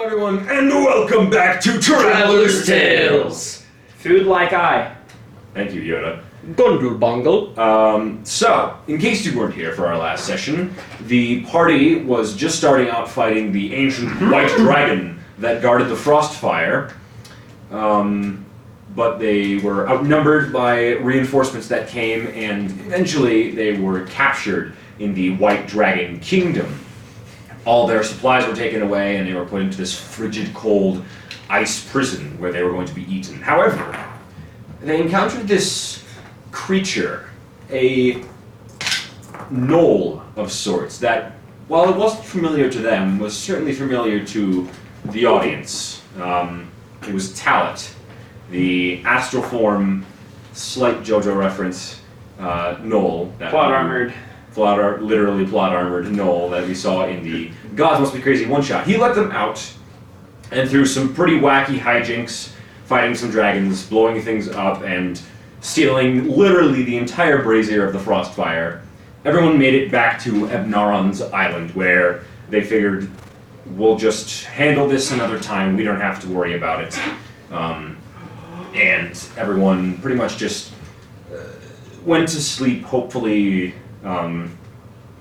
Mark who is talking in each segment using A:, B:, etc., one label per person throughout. A: And welcome back to Traveler's Tales!
B: Food like I.
A: Thank you, Yoda.
B: Gundul Bongle.
A: Um, so, in case you weren't here for our last session, the party was just starting out fighting the ancient white dragon that guarded the Frostfire. Um, but they were outnumbered by reinforcements that came, and eventually they were captured in the White Dragon Kingdom. All their supplies were taken away, and they were put into this frigid, cold ice prison where they were going to be eaten. However, they encountered this creature, a knoll of sorts, that, while it wasn't familiar to them, was certainly familiar to the audience. Um, it was Talit, the astral form, slight JoJo reference, uh, knoll. that
B: Plot
A: we-
B: armored.
A: plot ar- literally plot armored knoll that we saw in the Gods Must Be Crazy one shot. He let them out, and through some pretty wacky hijinks, fighting some dragons, blowing things up, and stealing literally the entire brazier of the Frostfire, everyone made it back to Ebnaron's island where they figured we'll just handle this another time. We don't have to worry about it. Um, and everyone pretty much just uh, went to sleep, hopefully, um,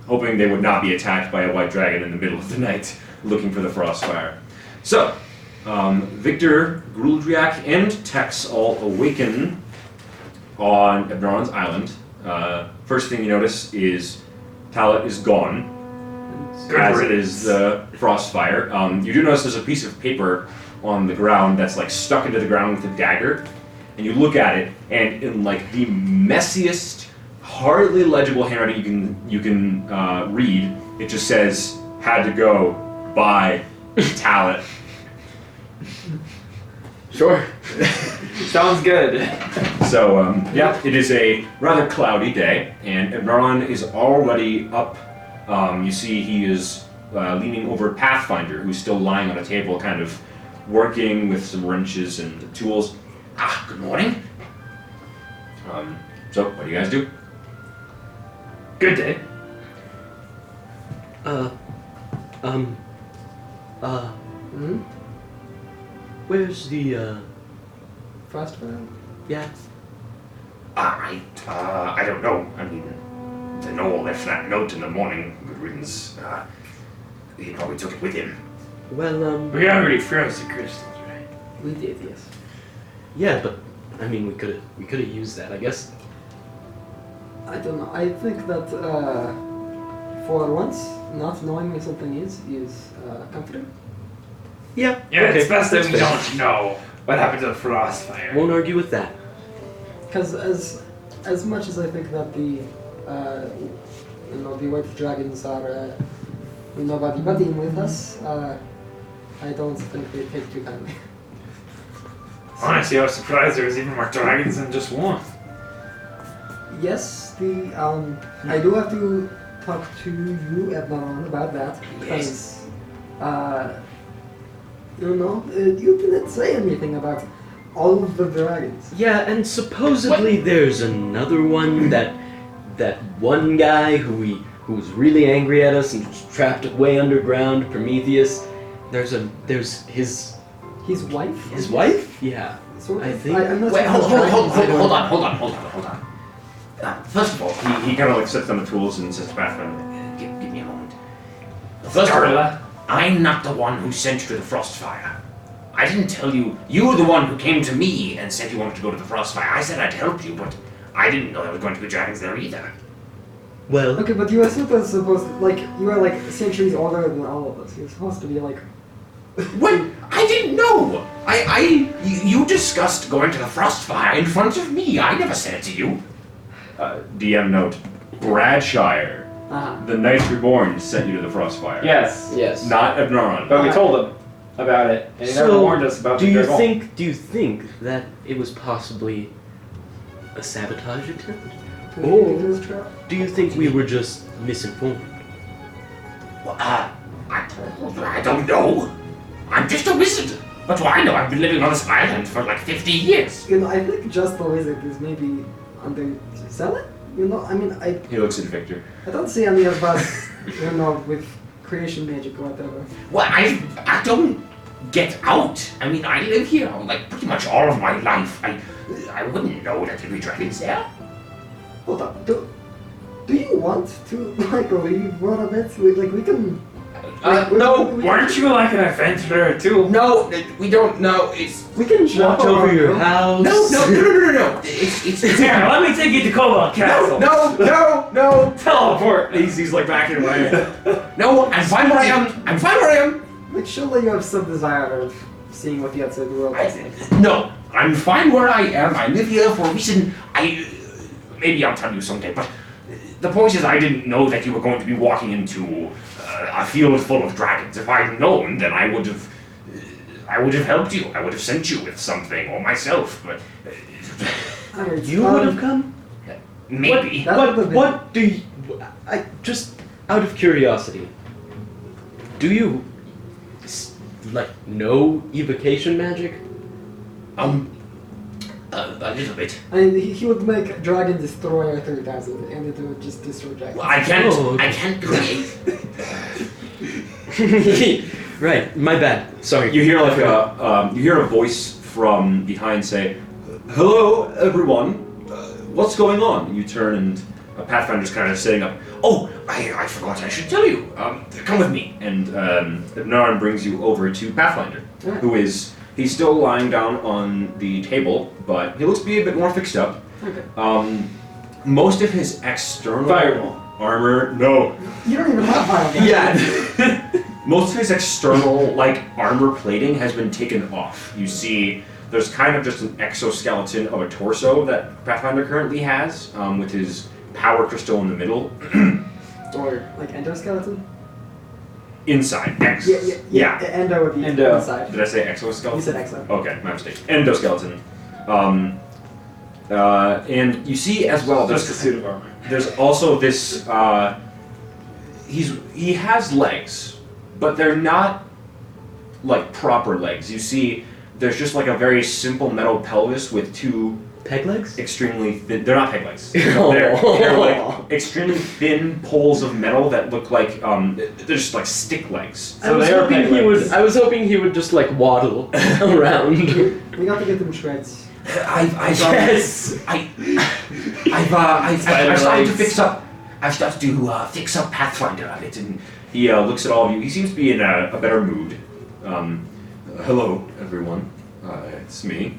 A: hoping they would not be attacked by a white dragon in the middle of the night looking for the Frostfire. So, um, Victor, Gruldriak, and Tex all awaken on Ebnaron's Island. Uh, first thing you notice is Talit is gone, as it is the Frostfire. Um, you do notice there's a piece of paper on the ground that's like stuck into the ground with a dagger and you look at it, and in like the messiest, hardly legible handwriting you can you can uh, read, it just says "had to go by Talit."
B: Sure. Sounds good.
A: So um, yeah, it is a rather cloudy day, and Ebron is already up. Um, you see, he is uh, leaning over Pathfinder, who's still lying on a table, kind of working with some wrenches and tools. Ah, good morning. Um, so, what do you guys do?
B: Good day.
C: Uh, um, uh, hmm? where's the, uh,
D: Frostbound?
C: yeah,
A: Alright, uh, I don't know. I mean, the Noel left that note in the morning. Good riddance. Uh, he probably took it with him.
C: well, um,
B: We already froze the crystals, right?
C: we did, yes. Yeah, but, I mean, we could've, we could've used that, I guess.
D: I don't know. I think that uh, for once, not knowing where something is is uh, comforting.
C: Yeah,
B: Yeah, it's
C: okay,
B: best that
C: that's
B: we
C: fair.
B: don't know what happened to the Frostfire.
C: Won't argue with that.
D: Because as as much as I think that the uh, you know the white dragons are uh, nobody buddying with us, uh, I don't think they take too kindly.
B: Honestly, I was surprised there was even more dragons than just one.
D: Yes, the um, I do have to talk to you, Ednaron, about that because uh, you know uh, you didn't say anything about all of the dragons.
C: Yeah, and supposedly there's another one that that one guy who we who was really angry at us and was trapped way underground, Prometheus. There's a there's his
D: His wife.
C: his wife. Yeah,
D: Sort
C: I
D: of.
C: think.
D: I, am not
A: Wait,
D: sure
A: hold,
D: if
A: hold,
D: it's
A: hold, hold,
D: dragons.
A: hold on, hold on, hold on, hold on. Uh, first of all, he, he kind of like sits on the tools and says to Pathfinder, uh, give, give me a moment. First of all,
B: Carla,
A: I'm not the one who sent you to the Frostfire. I didn't tell you. You were the one who came to me and said you wanted to go to the Frostfire. I said I'd help you, but I didn't know there were going to be dragons there either.
C: Well,
D: Okay, but you are still supposed like you are like centuries older than all of us. You're supposed to be like
A: When I didn't know. I, I, you- you discussed going to the Frostfire in front of me. I never said it to you. Uh, DM note: Bradshire,
D: ah.
A: the Knight Reborn, sent you to the Frostfire.
B: yes.
C: yes.
A: Not Ebnaron.
B: But we told him about it, and he never
C: So,
B: warned us about
C: do
B: the
C: you
B: dragon.
C: think do you think that it was possibly a sabotage attempt?
D: to
C: Oh.
D: lead into this trap.
C: Do you think we were just misinformed?
A: Uh, I, I don't know. I'm just a wizard. But I know I've been living on this island for like 50 years.
D: You know, I think just the wizard is maybe underselling. You know, I mean, I
A: He looks at Victor.
D: I don't see any of us, you know, with creation magic or whatever.
A: Well, I, I don't. get out. I mean, I live here like pretty much all of my life. I I wouldn't know that there'd be dragons there.
D: Hold up. Do, do you want to like leave one of it? We, like we can.
A: Uh,
D: we-
A: no,
D: we-
B: Weren't you like an adventurer too?
A: No, we don't know. It's
C: We can
D: jump
C: watch over
D: around.
C: your house.
A: no, no, no, no, no, no. It's it's. it's
B: Here, let me take you to Cobalt Castle.
A: no, no, no,
B: Teleport.
A: He's, he's like backing away. no, I'm fine where I am. I'm fine where I am.
D: But surely you have some desire of seeing what the outside world is like.
A: I, no, I'm fine where I am. I live here for a reason. I uh, maybe I'll tell you someday. But the point is, I didn't know that you were going to be walking into uh, a field full of dragons. If I'd known, then I would have. uh, I would have helped you. I would have sent you with something or myself. But uh,
D: Alright,
C: You
D: um,
C: would have come.
A: maybe.
D: That
C: What?
D: would've
C: What,
D: been-
C: what do you? I just out of curiosity. Do you s- like know evocation magic? Oh.
A: Um, a, a little bit.
D: I mean, he, he would make Dragon Destroyer 3000 and it would just destroy dragons.
A: Well, I can't.
C: Oh, okay.
A: I can't create.
C: right. My bad. Sorry.
A: You hear like a um, you hear a voice from behind say, "Hello, everyone. Uh, what's going on?" And you turn and uh, Pathfinder's kind of sitting up. Oh, I, I forgot. I should tell you. Um, come with me. And um, Ibnaran brings you over to Pathfinder,
D: Alright.
A: who is he's still lying down on the table, but he looks to be a bit more fixed up.
D: Okay.
A: Um, most of his external
B: Fireball.
A: armor. No,
D: You don't even have Fireball.
A: yeah. Most of his external like armor plating has been taken off. You see, there's kind of just an exoskeleton of a torso that Pathfinder currently has, um, with his power crystal in the middle.
D: Or like Endo Skeleton?
A: Inside, ex.
D: Yeah, yeah, yeah. Endo would be
B: Endo.
D: inside.
A: Did I say
D: You
A: exoskeleton?
D: said exo.
A: Okay, my mistake. Endoskeleton. Um, uh, and you see as well. There's
B: Just a suit of armor.
A: There's also this. Uh, he's he has legs, but they're not like proper legs. You see, there's just like a very simple metal pelvis with two
C: Peg legs?
A: extremely thin. They're not peg legs. They're, they're like extremely thin poles of metal that look like um. They're just like stick legs.
B: So they are peg legs.
C: I was hoping he would just like waddle around.
D: We got to get them shreds.
A: I've I've
C: yes.
A: I I've uh, I've, I've,
C: Spider
A: I've started to
C: legs.
A: fix up. I've started to uh, fix up Pathfinder a bit, and he uh, looks at all of you. He seems to be in a, a better mood. Um, uh, hello, everyone. Uh, it's me.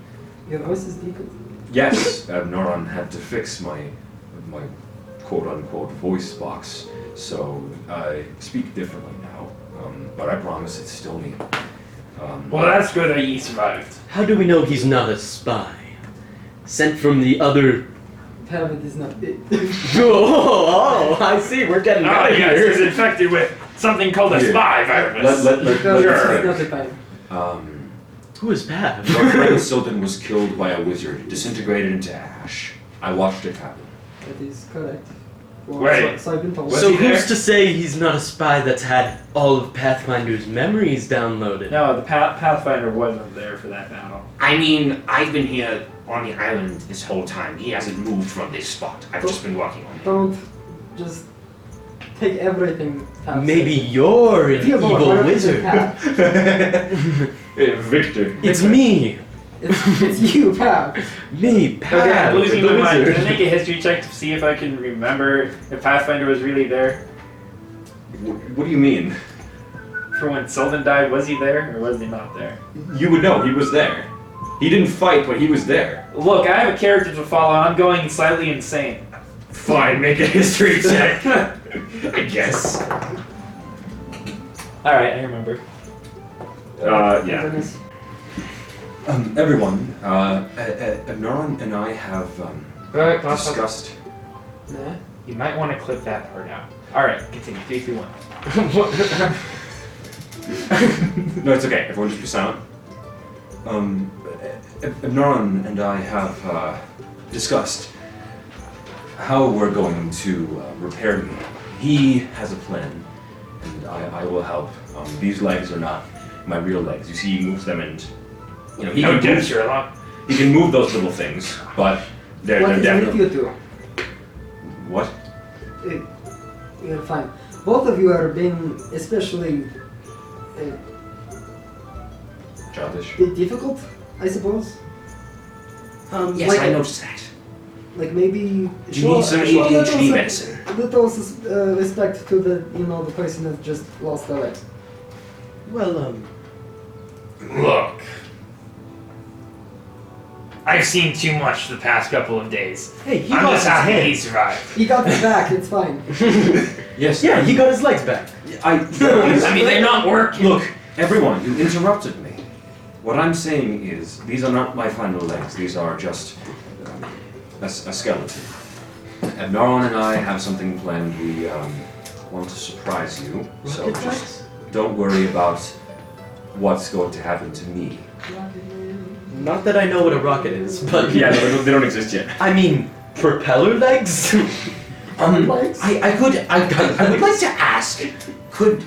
D: Your voice is deepened.
A: Yes, Abnoron had to fix my my quote unquote voice box, so I speak differently now. Um, but I promise it's still me. Um,
B: Well, that's good that you survived.
C: How do we know he's not a spy? Sent from the other.
D: Heaven is not it.
C: Oh, I see. We're getting
B: Ah,
C: out of
B: yes,
C: here.
B: he's infected with something called a
A: Here.
B: spy virus.
A: let, let, let,
D: No,
A: let-
D: this
B: Sure.
D: is not the time.
A: um,
C: Who is Pav?
A: Your friend Silden was killed by a wizard, disintegrated into ash. I watched it happen.
D: That is correct. Well,
B: Wait.
D: So, so I've been told.
B: Was
C: so
B: he
C: who's
B: there?
C: to say he's not a spy that's had all of Pathfinder's memories downloaded?
B: No, the path, Pathfinder wasn't there for that battle.
A: I mean, I've been here on the island this whole time. He hasn't moved from this spot. I've just been working on it.
D: Don't just take everything. Tab
C: Maybe
D: said.
C: you're an
D: If you have a lot, why
C: evil
D: don't you
C: wizard.
D: take Tab?
A: Victor.
C: It's me,
D: It's, it's you, Pab.
C: me, Pav,
B: Okay, I'm losing
C: the
B: my mind. Can I
C: wizard.
B: make a history check to see if I can remember if Pathfinder was really there?
A: What do you mean?
B: For when Sylvan died, was he there or was he not there?
A: You would know. He was there. He didn't fight, but he was there.
B: Look, I have a character to follow, and I'm going slightly insane.
A: Fine, make a history check. I guess.
B: All right, I remember.
A: Uh,
D: Goodness.
A: Um, everyone, uh, uh, uh, Abneron and I have um,
B: All right,
A: discussed.
D: Nah.
B: You might want to clip that part out. All right, continue. Three, two, one.
A: No, it's okay. Everyone just be silent. Um, Ibnaran and I have uh, discussed how we're going to uh, repair me. He has a plan, and I, I will help. Um, these legs are not my real legs. You see, he moves them, and you know he
B: no
A: can
B: doubt,
A: move,
B: Sherlock.
A: he can move those little things, but they're,
D: What
A: they're
D: is with
A: definitely
D: you two?
A: what?
D: Uh, You're fine. Both of you are being especially uh,
A: Childish.
D: di- difficult, I suppose. Um,
A: Yes,
D: like,
A: I noticed that.
D: Like maybe.
A: Do you need some
D: show a little
A: ADHD
D: se-
A: medicine?
D: Little sus- uh, respect to the you know the person that just lost their legs.
C: Well, um,
E: Look. I've seen too much the past couple of days.
C: hey, he
E: I'm
C: lost
E: just
C: his
E: happy he
C: hands.
E: survived.
D: He got it back. It's fine.
A: Yes.
C: Yeah, he got his legs back.
A: I.
E: I mean, they're not working.
A: Look, everyone, you interrupted me. What I'm saying is, these are not my final legs. These are just um, a, s- a skeleton. Abnaron and I have something planned. We um, want to surprise you. so
C: Rocket
A: just
C: legs?
A: don't worry about what's going to happen to me.
C: Not that I know what a rocket is, but
A: they don't exist yet.
C: I mean, propeller legs?
A: Um,
D: Legs?
A: I, I could, I, I, I would like to ask, could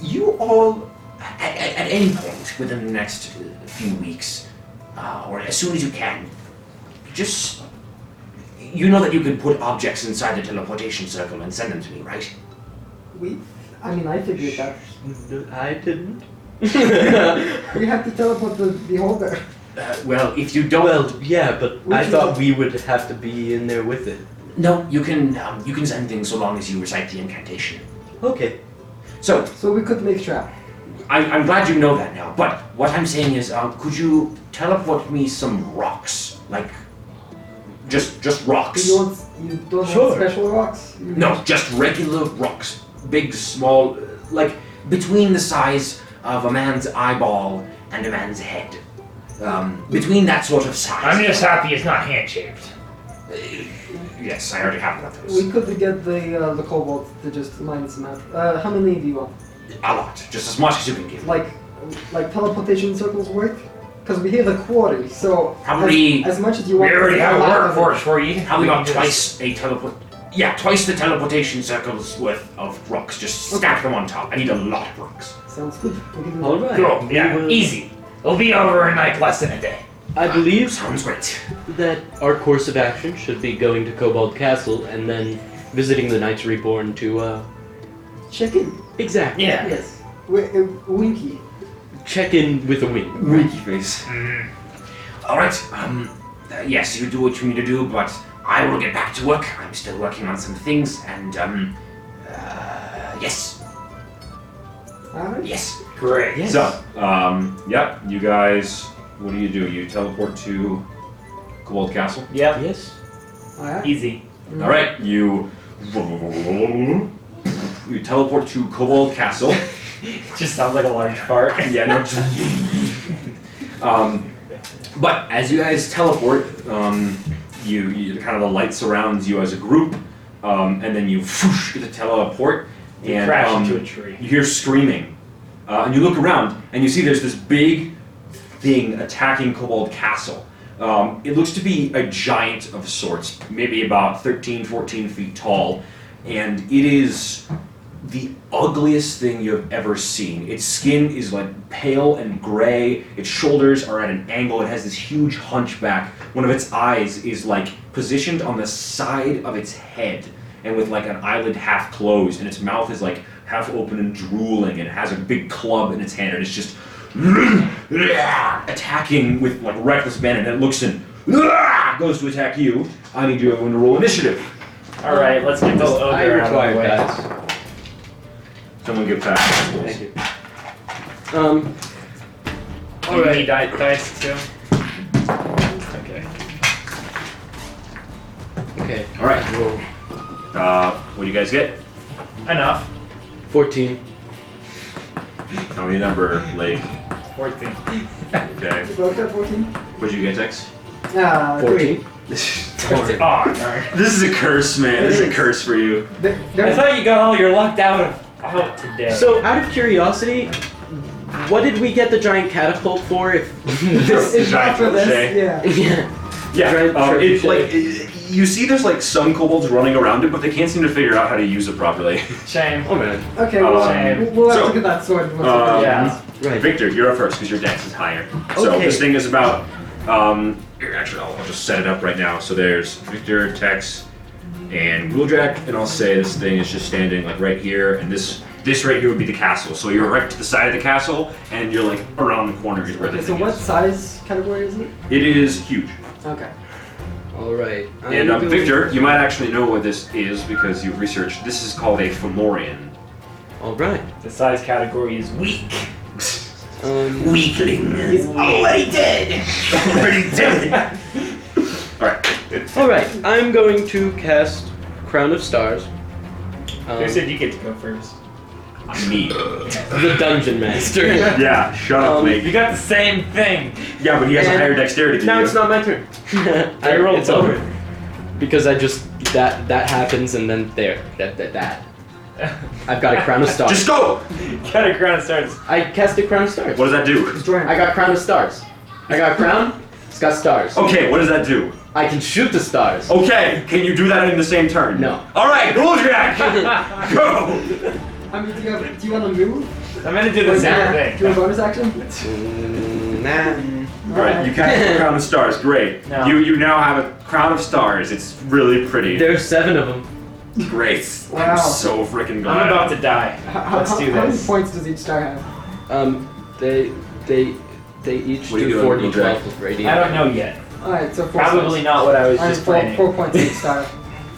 A: you all, at, at, at any point within the next uh, few weeks, uh, or as soon as you can, just, you know that you can put objects inside the teleportation circle and send them to me, right?
D: We. I mean, I figured that.
C: No, I didn't.
D: We have to teleport the beholder.
A: Uh, well, if you don't,
C: well, yeah, but
D: Would
C: I
D: you-
C: thought we would have to be in there with it.
A: no, you can, um, you can send things so long as you recite the incantation.
C: Okay.
A: So,
D: So we could make trap.
A: I, I'm glad you know that now, but what I'm saying is, um, could you teleport me some rocks? Like, just just
D: Do
A: rocks.
D: you want? You don't
C: Sure.
D: want special rocks. You
A: No, just regular rocks. Big, small, uh, like between the size of a man's eyeball and a man's head. Um, between that sort of size. Uh,
E: I'm just happy it's not hand shaped.
A: Yes, I already have one of those.
D: We could get the uh, the cobalt to just mine some out. Uh, how many do you want?
A: A lot. Just as much as you can give.
D: Like, like teleportation circles worth? Because we hear the quarry, so as-
A: Probably-
D: as, much as you
E: We
D: want.
E: already
D: to
E: have a
D: allow
E: workforce for you.
A: Probably
E: We
A: about
E: can just-
A: twice a teleport. Yeah, twice the teleportation circle's worth of rocks. Just stack them on top. I need a lot of rocks.
D: it. Sounds good. We'll give you
C: All right.
E: Cool.
C: we
E: Yeah.
C: will-
E: Easy. It'll be over in like less than a day.
C: I believe
A: Sounds great.
C: that our course of action should be going to Cobalt Castle and then visiting the Knights Reborn to, uh,
D: Check in.
C: exactly.
E: Yeah.
D: Yes. We, uh, winky.
C: Check in with a wink.
A: Winky face.
E: Mm.
A: All right. Um. uh, yes, you do what you need to do, but I will get back to work. I'm still working on some things, and um. Uh, yes.
D: All right.
A: Yes.
E: Great.
C: Yes.
A: um. Yep. You guys. What do you do? You teleport to Cobalt Castle.
E: Yep.
C: Yes.
D: All right.
E: Easy.
D: Mm-hmm.
A: All right. You. You teleport to Cobalt Castle.
E: Just sounds like a large fart.
A: yeah, no. um, but as you guys teleport, um, you, you kind of the light surrounds you as a group, um, and then you whoosh, get to teleport,
E: You
A: and
E: crash
A: um,
E: into a tree.
A: you hear screaming, uh, and you look around and you see there's this big thing attacking Cobalt Castle. Um, it looks to be a giant of sorts, maybe about 13, 14 feet tall, and it is the ugliest thing you've ever seen. Its skin is like pale and gray. Its shoulders are at an angle. It has this huge hunchback. One of its eyes is like positioned on the side of its head and with like an eyelid half closed, and its mouth is like half open and drooling, and it has a big club in its hand, and it's just attacking with like reckless abandon. And it looks and goes to attack you. I need you everyone to roll initiative.
E: All right, let's get this
C: Oh,
E: ogre out of the way.
C: guys.
A: Someone give fast. rolls.
C: Thank you. Um,
E: You need di- dice too. Okay.
C: okay.
A: All right.
C: Roll.
A: Uh, what do you guys get?
E: Enough.
C: 14.
A: Tell me the number, Lake.
E: Fourteen.
A: Okay.
D: You broke that 14?
A: What'd you get, Dex?
D: Ah, great.
C: 14?
E: Oh, darn.
A: This is a curse, man. This is a curse for you.
D: There,
E: I
D: there's
E: thought you got all your luck out of out today.
C: So, out of curiosity, what did we get the giant catapult for if this
D: it's not
A: giant
D: for this.
A: trebuchet.
D: Yeah.
C: Yeah.
A: Yeah.
C: Right,
A: Um,
C: sure,
A: it,
C: sure.
A: like, it- you see there's like some kobolds running around it, but they can't seem to figure out how to use it properly.
E: shame.
C: Oh man.
D: Okay. We'll,
A: Um,
D: we'll- we'll have
A: so,
D: to get that sword. Once
A: um,
E: Yeah.
C: Right.
A: Victor, you're up first because your dex is higher. So
C: Okay.
A: this thing is about. Um, here, actually, I'll, I'll just set it up right now. So there's Victor, Tex, and Guldrack, and I'll say this thing is just standing like right here, and this this right here would be the castle. So you're right to the side of the castle, and you're like around the corner is where the
D: Okay, so
A: thing
D: what
A: is.
D: size category is it?
A: It is huge.
D: Okay.
C: All right.
A: And um,
C: going-
A: Victor, you might actually know what this is because you've researched. This is called a Fomorian.
C: All right.
E: The size category is weak.
C: Um,
A: Weakling.
D: He's
A: already dead. already dead. All right.
C: all right. I'm going to cast Crown of Stars. Um,
E: Who said you get to go first?
A: Me.
C: the dungeon master.
A: Yeah. Shut up,
C: Um,
A: Lake.
E: You got the same thing.
A: Yeah, but he has a higher dexterity than
C: now
A: you.
C: it's not my turn. I
E: I rolled
C: it's over.
E: over.
C: because I just that that happens and then there that that that I've got a crown of stars.
A: Just go.
E: Got a crown of stars.
C: I cast a crown of stars.
A: What does that do?
D: Destroying.
C: I got crown of stars. I got a crown. It's got stars.
A: Okay. Oh. What does that do?
C: I can shoot the stars.
A: Okay. Can you do that in the same turn?
C: No.
A: All right. Guldrack. go.
D: I mean, do you, have, do you want to move?
E: I'm gonna do
D: Or
E: the
D: do you wanna-
E: same
D: Do you want
E: thing.
D: a bonus action?
C: Mm, nah.
A: All right. You cast a crown of stars. Great.
E: No.
A: You you now have a crown of stars. It's really pretty.
C: There's seven of them.
A: Great.
D: Wow.
A: I'm so freaking glad.
E: I'm about to die.
D: How, how-
E: Let's do
D: how many
E: this.
D: points does each star have?
C: Um, they they they each
A: What are you
C: do
A: doing,
C: forty
A: Jack?
C: twelve with radiant.
E: I don't know yet.
D: Alright, so four
E: Probably
D: stars.
E: not what I was
D: I have
E: just
D: four,
E: planning.
D: four points each star.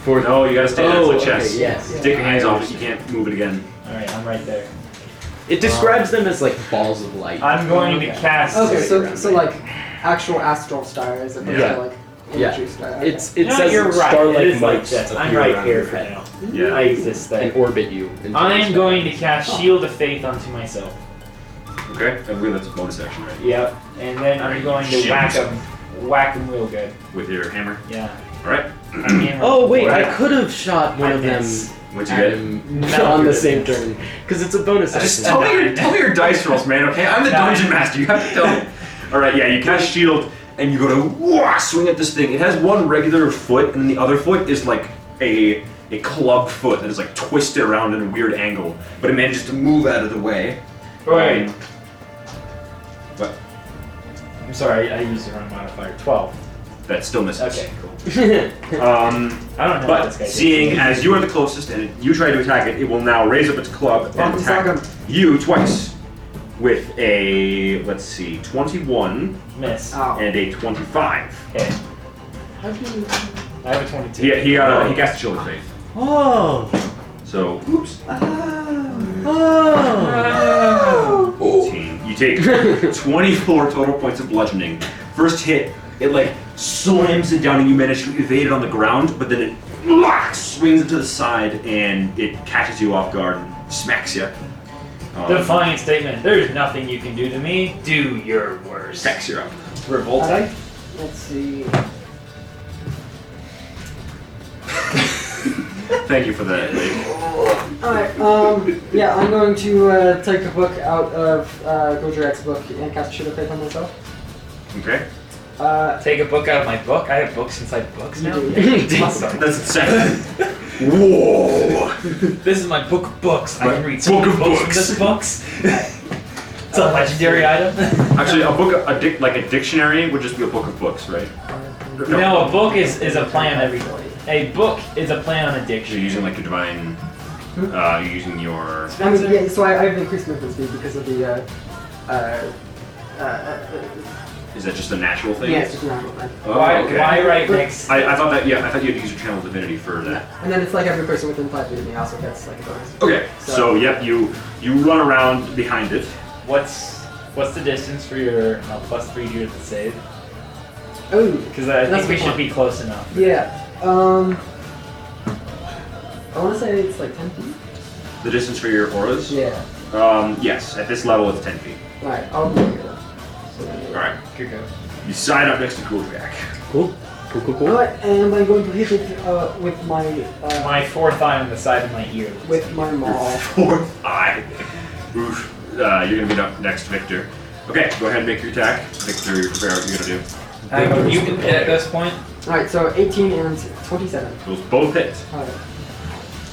C: Four.
A: No, you gotta stay there. It's
C: Oh,
A: like chess.
C: okay, yes.
A: Take your hands off it. You can't move it again.
E: Alright, I'm right there.
C: It describes them as like balls of light.
E: I'm going to
D: Okay.
E: cast.
D: Okay, so
C: around
D: so
C: there.
D: like actual astral star as opposed
C: Yeah.
D: to like
C: Yeah.
D: imagery star. okay.
C: It's it
E: no,
C: says
E: you're right.
C: starlight
E: it is like
C: mites
E: this. I'm
C: appear
E: right
C: around
E: here
C: your
E: for
C: head
E: now.
A: Yeah.
E: I exist there.
C: and orbit you. until you
E: I'm
C: stop.
E: going to
C: Oh.
E: cast Shield of Faith onto myself.
A: Okay. I believe that's a bonus action, right?
E: Yep. And then I'm going to
A: Shield.
E: whack him. Whack him real good.
A: With your hammer.
E: Yeah.
A: All right.
E: I mean,
C: Oh wait,
E: right.
C: I could have shot one
E: I
C: of them
E: miss.
A: What'd you
C: at
A: get?
C: him
E: No,
C: on the
E: you
C: same
E: didn't.
C: turn because it's a bonus action.
A: Just tell me your tell me your dice rolls, man. Okay, I'm the
E: Nine.
A: dungeon master. You have to tell me. All right. Yeah. You cast shield and you go to wah, swing at this thing. It has one regular foot and the other foot is like a a club foot that is like twisted around in a weird angle, but it manages to move out of the way.
E: Wait.
A: Um, What?
E: I'm sorry, I used the wrong modifier. 12.
A: That still misses.
E: Okay, cool.
A: Um.
E: I don't know what
A: But
E: this guy did.
A: seeing as you are the closest and you try to attack it, it will now raise up its club and
D: Bump and sock
A: attack
D: 'em.
A: you twice with a let's see, 21
E: Miss.
C: Ah.
D: Ow.
A: and a 25.
E: Okay.
D: Oh. How do you-
E: I have a 22.
A: He, he got a, he got the chill of faith.
C: oh,
A: So oops,
D: Oh.
E: Ah.
A: 18. You take 24 total points of bludgeoning. First hit, it like slams it down and you manage to evade it on the ground, but then it whack, swings it to the side and it catches you off guard and smacks you. Um,
E: Defiant statement. There's nothing you can do to me. Do your worst.
A: smacks you up.
E: Revolt.
D: Alright. Let's see.
A: Thank you for that. Lee.
D: Alright, um, yeah, I'm going to uh, take a book out of uh, Gojirak's book and cast Shield of Faith on myself.
A: Okay.
D: Uh,
E: Take a book out of my book. I have books inside books
D: you
E: now.
D: do,
C: Damn.
D: yeah. Awesome.
A: That's insane. Whoa!
E: This is my book of books. I can
A: Right.
E: read so
A: Book
E: many
A: of
E: books
A: books.
E: from this books. it's a legendary item.
A: Actually, a book, a dic- like a dictionary, would just be a book of books, right?
E: no, a book is, is a play on everything. A book is a play on a
A: You're
E: dictionary.
A: using like your divine. Uh, you're using your.
D: I mean, yeah, so I, I have increased movement speed because of the, uh, uh, uh, uh,
A: Is that just a natural thing?
D: yeah, it's just normal. uh,
A: Oh,
E: why,
A: okay.
E: why write next?
A: I, I thought that. Yeah, I thought you had to use your channel divinity for that.
D: And then it's like every person within five feet of me also gets like a bonus.
A: Okay. So,
D: So-
A: yep, you you run around behind it.
E: What's what's the distance for your uh, plus three here to save?
D: Oh,
E: Because I
D: That's
E: think we
D: the
E: should
D: point.
E: be close enough.
D: yeah. Um, I want to say it's like 10 feet?
A: The distance for your auras.
D: Yeah.
A: Um, yes. At this level, it's ten feet.
D: Alright, I'll go here. So,
A: All right.
E: Good go.
A: You side up next to Guldrack.
C: cool, cool, cool, cool.
D: Alright, and I'm going to hit it uh, with my uh,
E: My fourth eye on the side of my ear. looks
D: with
E: like.
D: my
A: Your
D: maul.
A: fourth eye. Oof. Uh, you're gonna be up next, Victor. Okay, go ahead and make your attack. Victor, you're prepared. What you're gonna do.
E: Hang on, you can hit at this point.
D: Alright, so 18 and 27.
A: Those both hit.
D: Alright.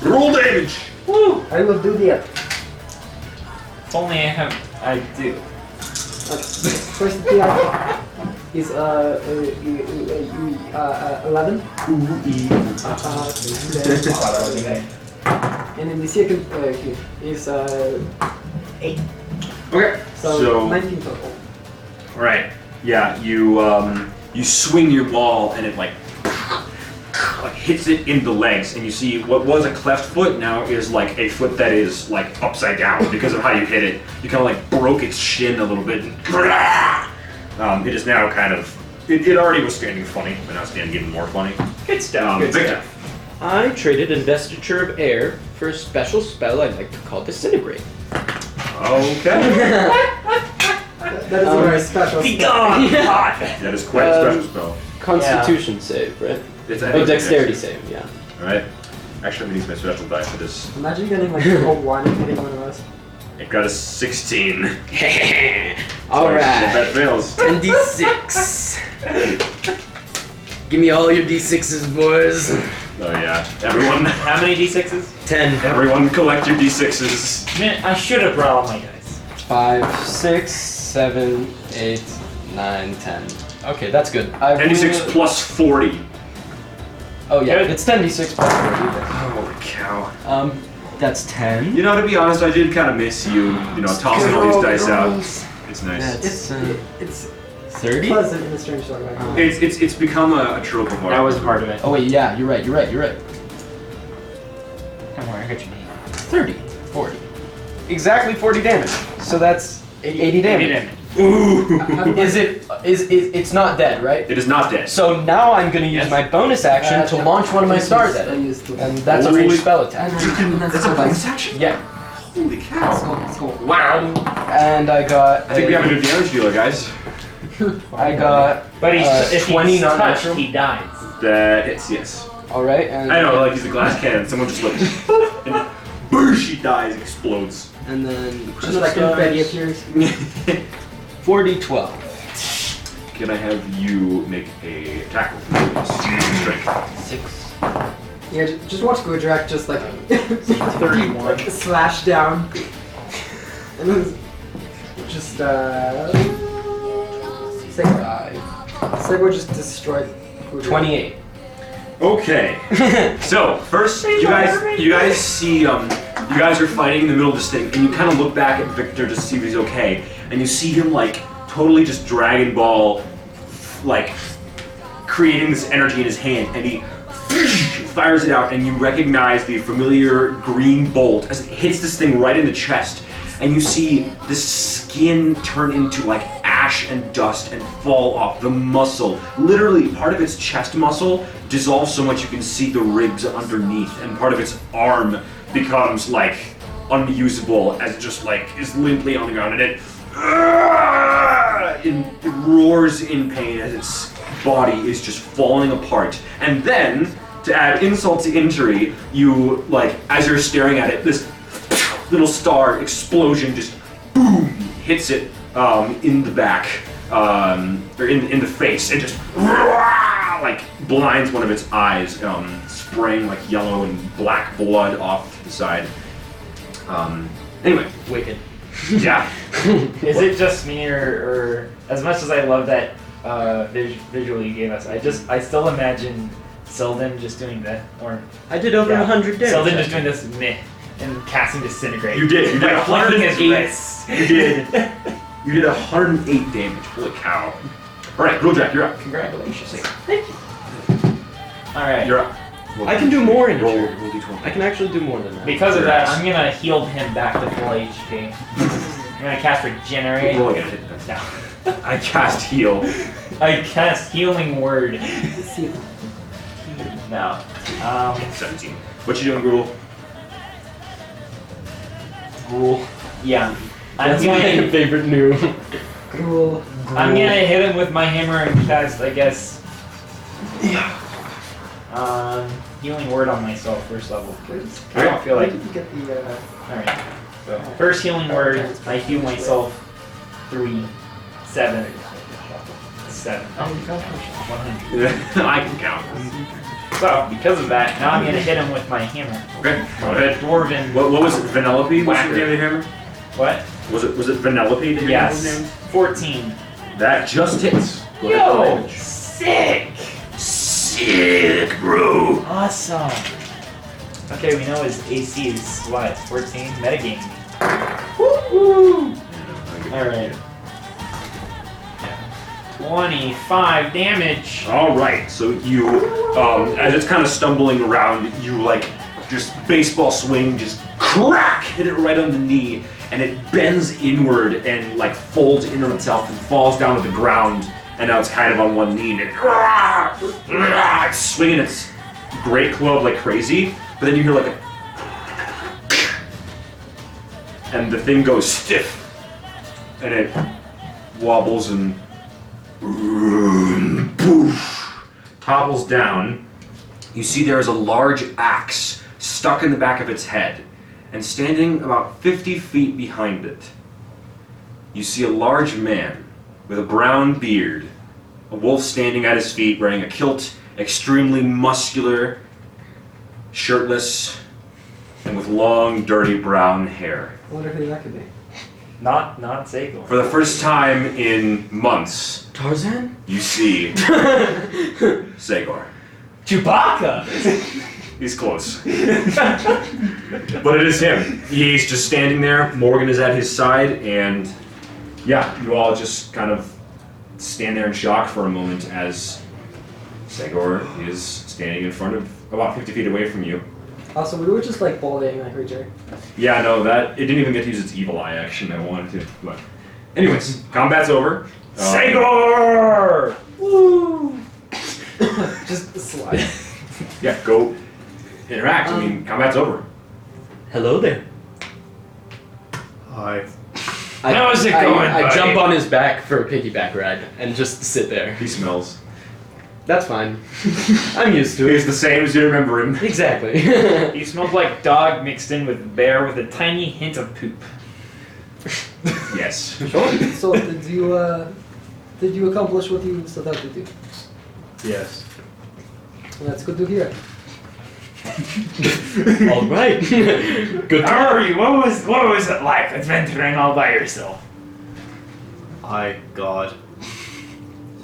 A: Roll damage.
E: Woo!
D: I will do the app.
E: If only I have. I do.
D: First the app. is uh, uh, uh, uh, uh, 11. Uh, then- and then the second uh, key is uh, 8.
A: Okay.
D: So,
A: So-
D: 19 total.
A: All right. Yeah, you um, you swing your ball and it like like hits it in the legs, and you see what was a cleft foot now is like a foot that is like upside down because of how you hit it. You kind of like broke its shin a little bit. And um, it is now kind of. It, it already was standing funny, but now it's standing even more funny.
E: Good stuff.
A: Um,
E: good
A: Victor.
E: stuff.
C: I traded Investiture of Air for a special spell I'd like to call Disintegrate.
A: Okay.
D: That that is
C: Um,
D: a very special.
E: Be
D: spell.
E: gone.
A: that is quite a special spell.
C: Constitution save, right?
A: It's
C: Um, Oh, Dexterity save, yeah.
A: All right. Actually, I'm gonna use my special die for this.
D: Imagine getting like a 1 and hitting one of us.
A: It got a 16.
C: Alright.
A: That fails.
C: And D6. Give me all your D6s, boys.
A: Oh yeah, everyone,
E: How many d6s?
C: 10,
A: everyone, collect your d6s.
E: Man, I should have brought all my dice.
F: 5, 6, 7, 8, 9, 10. Okay, that's good. I will-
A: 96 plus 40.
F: Oh, yeah,
E: Good.
F: it's 10d6 plus 40. but-
A: Holy cow!
F: Um, that's 10.
A: You know, to be honest, I did kind of miss you. You know, tossing all these dice out. It's nice.
F: That's uh,
D: It's
F: 30?
D: pleasant in a strange sort of way.
A: It's it's it's become a, a trope of ours.
E: That was part of it.
F: Oh, wait, yeah, you're right, you're right, you're right.
E: Don't worry, I got your name.
F: 30, 40. Exactly 40 damage. So that's 80 damage.
A: Ooh.
F: Is it, is, is, it's not dead, right?
A: It is not dead.
F: So now I'm gonna use
E: Yes.
F: my bonus action
D: Uh,
F: to launch one of my stars at
D: I
F: it.
D: used to.
F: And that's a
A: Holy-
F: ranged spell
D: And
F: attack.
D: I can- that's
A: That's a
D: so
A: bonus
D: nice.
A: action.
F: Yeah,
A: Holy
D: Let's
A: cow!
D: go, let's go.
A: Wow.
F: and I got
A: I think we have a
F: a,
A: new damage dealer, guys.
F: I got,
E: But he's,
F: Uh,
E: if
F: 20
E: he's touched,
F: non-natural?
E: he dies.
A: That hits, yes.
F: alright, and
A: I know, like he's a glass cannon. Someone just looks, and boom, she dies, explodes.
F: And then
D: Just like confetti appears.
A: Can
F: 40, 12.
A: I have you make a tackle for me, please? Strength.
F: 6.
D: Yeah, ju- just watch Gudrak just like
E: 31.
D: like, slash down. And then just uh Segway. Segway just destroyed Gudrak.
F: 28.
A: Okay. so first, you guys, you guys see, um, you guys are fighting in the middle of this thing, and you kind of look back at Victor to see if he's okay, and you see him like totally just Dragon Ball, like creating this energy in his hand, and he fires it out, and you recognize the familiar green bolt as it hits this thing right in the chest, and you see this skin turn into like ash and dust and fall off. The muscle, literally part of its chest muscle, dissolves so much you can see the ribs underneath, and part of its arm becomes like unusable as it just like is limply on the ground, and it. In, it roars in pain as its body is just falling apart. And then, to add insult to injury, you, like, as you're staring at it, this little star explosion just boom hits it um, in the back, um, or in, in the face, and just like blinds one of its eyes, um, spraying like yellow and black blood off to the side. Um, anyway,
C: Wicked.
A: yeah.
E: Is it just me, or, or as much as I love that uh, vis- visual you gave us, I just I still imagine Selden just doing that, or
C: I did over a
E: Yeah.
C: 100 damage.
E: Selden just doing this meh and casting disintegrate.
A: You did, you did
E: Like flicking his
A: 108.
E: wrist.
A: You did. You did 108 damage. Holy cow. Alright, Real Jack, you're up.
E: Congratulations. Thank you. All right.
A: You're up.
C: I can do more in a
A: roll,
C: turn.
A: roll d20.
C: I can actually do more than that.
E: Because of that, I'm gonna heal him back to full HP. I'm gonna cast regenerate.
A: Roll again. hit that.
E: No.
A: I cast heal.
E: I cast healing word.
D: Let's see.
E: No. Um,
A: 17. What you doing, Gruel?
E: rule. Yeah. I'm
C: That's my
E: gonna,
C: favorite new.
D: Gruel.
E: I'm gonna hit him with my hammer and cast, I guess. Um, healing word on myself first level. 'cause I don't feel like.
D: Where did you get the uh,
E: Alright. So, first healing word, I heal myself three, seven, seven.
D: oh, you got it.
E: 100.
A: I can count.
E: So, because of that, now I'm gonna hit him with my hammer.
A: Okay, go
E: The
A: ahead.
E: dwarven.
A: What, what was it, Vanellope? What's
E: Whacker.
A: the name of the hammer?
E: What?
A: Was it, was it Vanellope? that you
E: Yes.
A: named?
E: 14.
A: That just hits.
C: Go ahead, roll damage.
E: Sick!
A: Sick, bro.
E: Awesome. Okay, we know his AC is what? 14? Metagame. Woo! Alright. 25 damage.
A: All right. So you, um, as it's kind of stumbling around, you like just baseball swing, just crack, hit it right on the knee, and it bends inward and like folds in on itself and falls down to the ground. And now it's kind of on one knee and it, rah, rah, it's swinging its great club like crazy. But then you hear like a, and the thing goes stiff, and it wobbles and Vroom, poof, topples down. You see there is a large axe stuck in the back of its head, and standing about 50 feet behind it, you see a large man with a brown beard, a wolf standing at his feet wearing a kilt, extremely muscular, shirtless, and with long, dirty brown hair.
D: I wonder who that could be.
E: Not not Sagor.
A: For the first time in months,
C: Tarzan?
A: you see Sagor.
E: Chewbacca!
A: He's close. but it is him. He's just standing there. Morgan is at his side, and yeah, you all just kind of stand there in shock for a moment as Segor is standing in front of about 50 feet away from you.
D: Also, we were just like bullying that creature.
A: Yeah, no, that it didn't even get to use its evil eye action. I wanted to, but anyways, combat's over. Uh,
E: Oh. Sagor!
D: Woo! just slide.
A: Yeah, go interact. I mean, combat's over.
C: Hello there.
B: Hi.
C: I,
E: How's it
C: I-
E: going,
C: I,
E: buddy?
C: jump on his back for a piggyback ride and just sit there.
A: He smells.
C: That's fine. I'm used to
A: He's
C: it.
A: the same as you remember him.
C: Exactly.
E: He smelled like dog mixed in with bear with a tiny hint of poop.
A: Yes.
D: so, did you, uh, did you accomplish what you set out to do?
B: Yes.
D: That's good to hear.
C: All right. Good.
E: How are you? What was what was it like adventuring all by yourself?
B: Hi, God.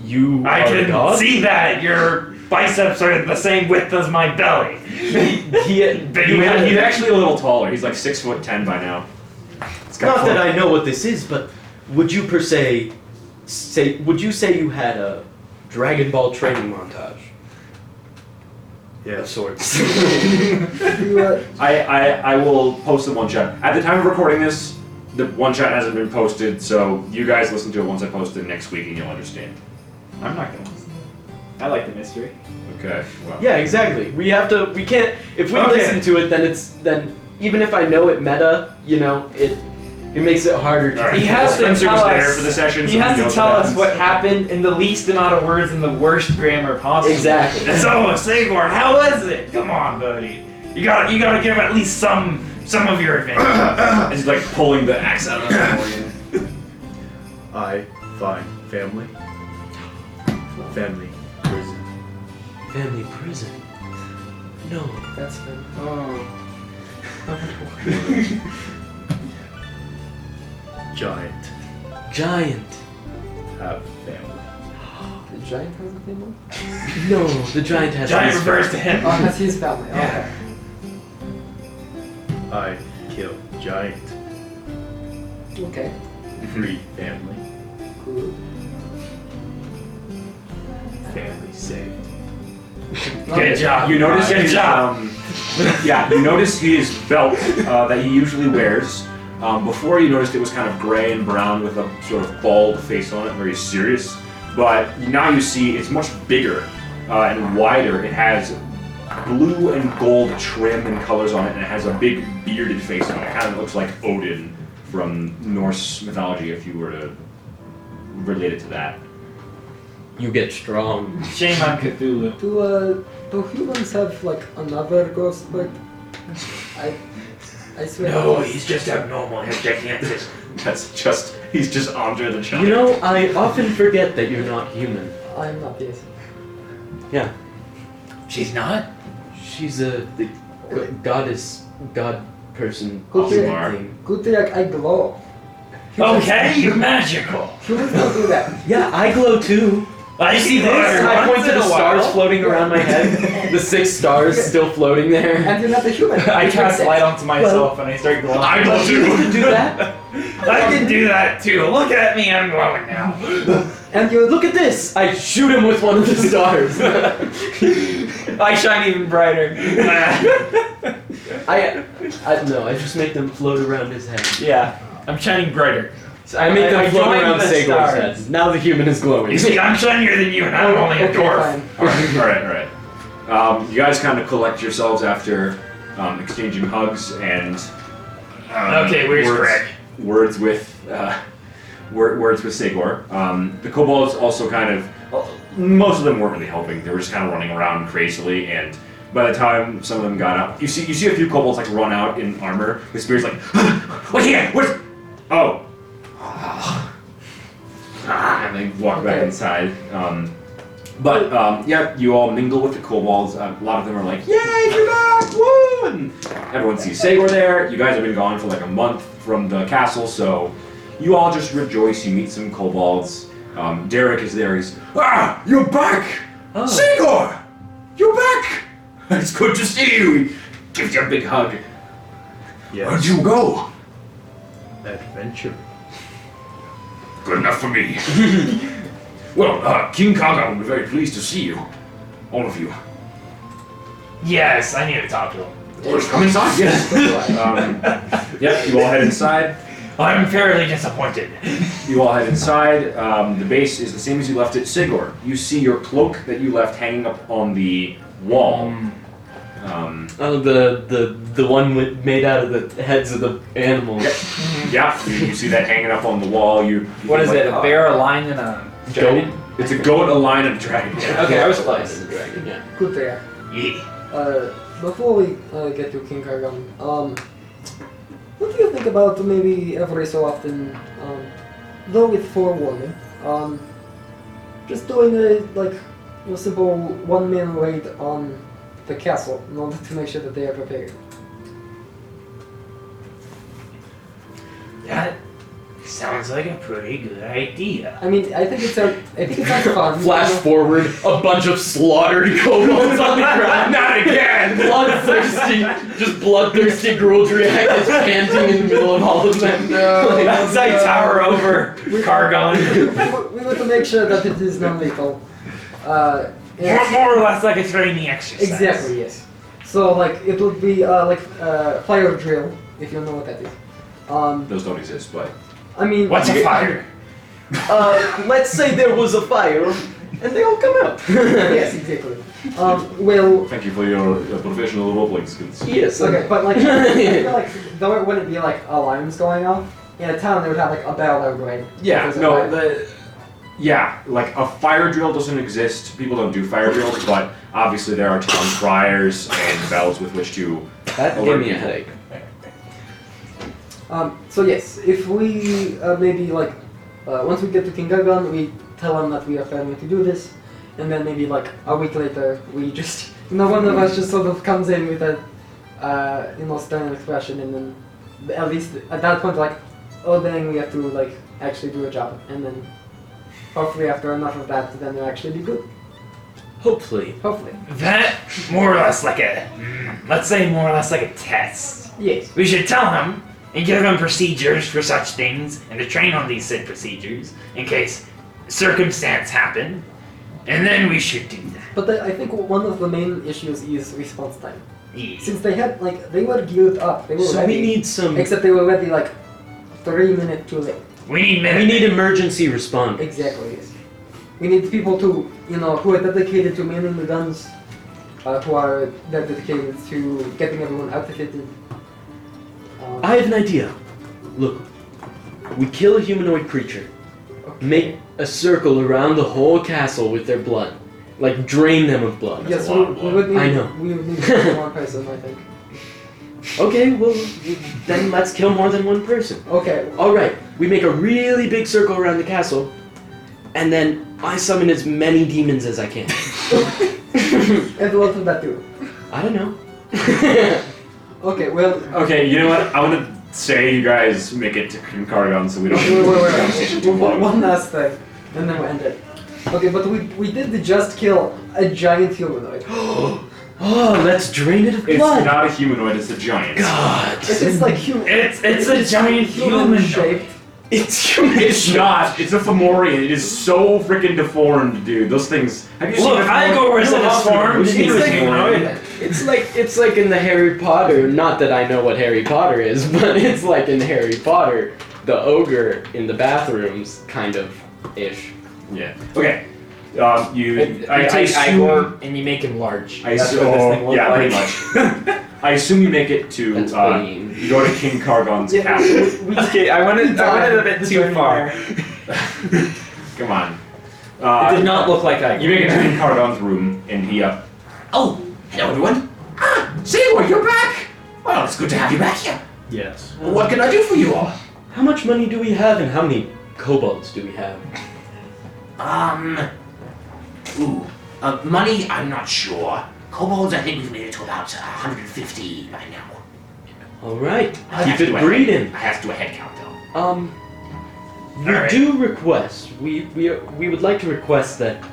C: You
E: I
C: are a
E: can
C: god.
E: see that your biceps are the same width as my belly.
C: He,
E: Big
A: He-
C: you had-
E: man.
A: he's actually a little taller. He's like six foot ten by now. It's got fun.
C: Not that I know what this is, but would you per se say would you say you had a Dragon Ball training montage of
B: Yes.
C: sorts?
D: Did you, uh,
A: I, I, I will post the one shot. At the time of recording this, the one shot hasn't been posted, so you guys listen to it once I post it next week and you'll understand.
E: I'm not gonna listen. I like the mystery.
A: Okay. Well.
C: yeah, exactly. We have to. We can't. If we
E: Okay.
C: listen to it, then it's then even if I know it meta, you know it. It makes it harder to.
A: All right.
E: He has to
A: Spencer was
E: tell
A: there
E: us-
A: for the session.
E: He
A: so
E: has to
A: knows
E: tell
A: what
E: us
A: happens.
E: what happened in the least amount of words and the worst grammar possible.
C: Exactly.
E: So, Sagor, how was it? Come on, buddy. You gotta, you gotta give at least some, some of your advantage.
A: And he's like pulling the axe out of the Morgan.
B: I find family. Family. Prison.
C: Family prison. No.
D: that's fine.
E: oh.
B: Giant.
C: Giant.
B: Have family.
D: The giant has a family?
C: No. The giant has.
E: Giant
C: his-
E: refers to
D: Oh,
E: him.
D: that's his family. Okay.
B: I kill giant.
D: Okay.
B: Free family.
D: Cool.
B: Family saved.
A: Okay,
E: Good job.
A: You notice
E: Good
A: his,
E: job.
A: Um, yeah, you notice his belt uh, that he usually wears. Um, before you noticed it was kind of gray and brown with a sort of bald face on it, very serious. But now you see it's much bigger uh, and wider. It has blue and gold trim and colors on it, and it has a big bearded face on it. It kind of looks like Odin from Norse mythology, if you were to relate it to that.
C: You get strong.
E: Shame on Cthulhu.
D: Do uh, do humans have like another ghost bird? I, I swear. I was-
A: just abnormal. His gigantic. That's just he's just Andre the Giant.
C: You know, I often forget that you're not human.
D: I'm not yes.
C: Yeah.
E: She's not.
C: She's a the g- goddess, god person.
D: Good
A: You
D: thing,
A: are.
C: thing.
D: good thing I, I glow.
E: Okay, you're magical.
D: Humans don't do that.
C: Yeah, I glow too. I see this. I point to the stars floating around my head. the six stars still floating there.
D: And you're Oh, not a human.
E: I cast light onto myself and I start glowing.
A: I will
C: You can do that.
E: I can do that too. Look at me, I'm glowing now.
D: And you
C: Look at this. I shoot him with one of the stars.
E: I shine even brighter.
C: I, I no. I just make them float around his head.
E: yeah, I'm shining brighter. So
C: I make them
E: I
C: float
E: joined
C: around
E: the
C: Sagor's
E: stars.
C: head. Now the human is glowing.
E: You see, I'm shinier than you, and I'm only a
D: Okay,
E: dwarf.
D: fine.
A: Alright, alright, alright. Um, you guys kind of collect yourselves after um, exchanging hugs and. um,
E: Okay, where's
A: words,
E: Greg?
A: Words with. Uh, wor- words with Sigor. Um, the kobolds also kind of. well, Most of them weren't really helping. They were just kind of running around crazily, and by the time some of them got out, you see you see a few kobolds like run out in armor with spears, like, "What here? Where's? Oh, Ah, and they walk back
D: Okay.
A: inside. Um, but um, yeah, you all mingle with the kobolds. Uh, a lot of them are like, "Yay, you're back! Woo!" And everyone sees Sagor there. You guys have been gone for like a month from the castle, so you all just rejoice. You meet some kobolds. Um, Derek is there. He's, "Ah, you're back, Sagor! You're back! It's good to see you." He gives you a big hug. Where'd you go?
B: Adventure.
A: Good enough for me. well, uh, King Kaga will be very pleased to see you. All of you.
E: Yes, I need to talk to him.
A: Let's come inside. Yes. um, yep, you all head inside.
E: I'm fairly disappointed.
A: You all head inside. Um, the base is the same as you left it. Sigor, you see your cloak that you left hanging up on the wall. Um,
C: Oh, the the the one with, made out of the heads of the animals.
A: yeah, you, you see that hanging up on the wall. You. you
E: What is
A: like,
E: it? A
A: uh,
E: bear, a lion, and a
C: Goat.
E: dragon?
A: It's a goat, a lion, and a dragon.
E: Okay, I was close.
C: Dragon, yeah.
D: Good there.
E: Yeah.
D: Uh, before we uh, get to King Kargam, um, what do you think about maybe every so often, um, though with forewarning, um, just doing a like a simple one-man raid on the castle in order to make sure that they are prepared?
E: That sounds like a pretty good idea.
D: I mean, I think it's a, I think it sounds fun.
C: Flash forward, a bunch of slaughtered kobolds on the ground.
A: Not again!
C: bloodthirsty, just bloodthirsty Gruldriak is panting in the middle of all of them.
E: As I tower over Cargon.
D: we, were- we were to make sure that it is non-lethal. Uh,
E: More,
D: yes.
E: more or less like a training exercise.
D: Exactly, yes. So like it would be uh, like uh, fire drill if you know what that is. Um,
A: Those don't exist, but
D: I mean,
E: What's a fire?
C: Uh, let's say there was a fire, and they all come out.
D: yes, exactly. Um, well,
A: thank you for your uh, professional role-playing skills.
C: Yes.
D: okay, but like, I feel like though it wouldn't be like alarms going off in a town, they would have like a bell that would ring.
A: Yeah,
D: Because of
A: no,
D: fire.
A: the, yeah, like a fire drill doesn't exist. People don't do fire drills, but obviously there are town criers and bells with which to.
C: That gave me a headache.
D: Um, so yes, if we uh, maybe like uh, once we get to Kingagon, we tell him that we are planning to do this, and then maybe like a week later, we just no one of us just sort of comes in with a uh, you know stern expression, and then at least at that point like oh dang we have to like actually do a job, and then hopefully after enough of that, then it'll actually be good.
C: Hopefully.
D: Hopefully,
E: That more or less like a, hmm, let's say more or less like a test.
D: yes.
E: We should tell him and give him procedures for such things and to train on these said procedures in case circumstance happen. And then we should do that.
D: But the, I think one of the main issues is response time.
E: Yeah.
D: Since they had like they were geared up, they were
C: So we
D: ready.
C: need some.
D: Except they were already like three minutes too late.
E: We need minutes.
C: We need emergency responders.
D: Exactly. Yes. We need people to, you know, who are dedicated to manning the guns, uh, who are dedicated to getting everyone outfitted. Um,
C: I have an idea. Look, we kill a humanoid creature,
D: okay.
C: make a circle around the whole castle with their blood, like drain them of blood.
D: Yes,
A: a
D: we,
A: lot of
D: we would need.
C: I know.
D: We would need more than one person, I think.
C: Okay, well, then let's kill more than one person.
D: Okay.
C: All right, we make a really big circle around the castle, and then I summon as many demons as I can.
D: And what would that do?
C: I don't know.
D: Okay. Well.
A: Okay, you know what? I want to say you guys make it to Cargon so we don't.
D: Wait, wait, wait, wait. One- One last thing, and then we'll end it. Okay, but we, we did just kill a giant humanoid.
C: Oh, let's drain it of
A: It's
C: blood.
A: not a humanoid, it's a giant.
C: God.
D: It's, it's like human.
G: It's it's a giant human.
D: shaped.
C: It's human.
A: It's not. It's a Fomorian. It is so freaking deformed, dude. Those things. Have you
G: Look,
A: seen a
G: I go where
A: You
G: it's
A: know
G: in a
A: how
G: storm.
A: We've seen
G: It's
A: a
G: like-
A: Fomorian.
C: It's like it's like in the Harry Potter. Not that I know what Harry Potter is, but it's like in Harry Potter, the ogre in the bathrooms, kind of ish.
A: Yeah. Okay. Um, you.
G: You
A: I, I
G: take
A: assume.
G: Igor and you make him large.
A: I
G: That's
A: assume.
G: what this thing looked
A: yeah,
G: like.
A: pretty much. I assume you make it to.
C: That's
A: uh,
C: plain.
A: you go to King Cargon's
D: Yeah,
A: castle.
D: we, we,
G: Okay, I went,
D: I went a bit too far.
A: Come on.
G: It did
A: Uh,
G: not look like I.
A: you make it to King Cargon's room, and he. Uh,
E: Oh, hello everyone. Ah, Seymour, you're back. Well, it's good to have you back here.
H: Yes.
E: What can I do for you all?
C: How much money do we have, and how many kobolds do we have?
E: Um, ooh, uh, money. I'm not sure. Kobolds, I think we've made it to about 150 by now.
C: All right,
E: I have
C: keep
E: to
C: it
E: add-
C: breeding.
E: I have to do a head count though.
C: Um, we
G: Alright.
C: do request. We we we would like to request that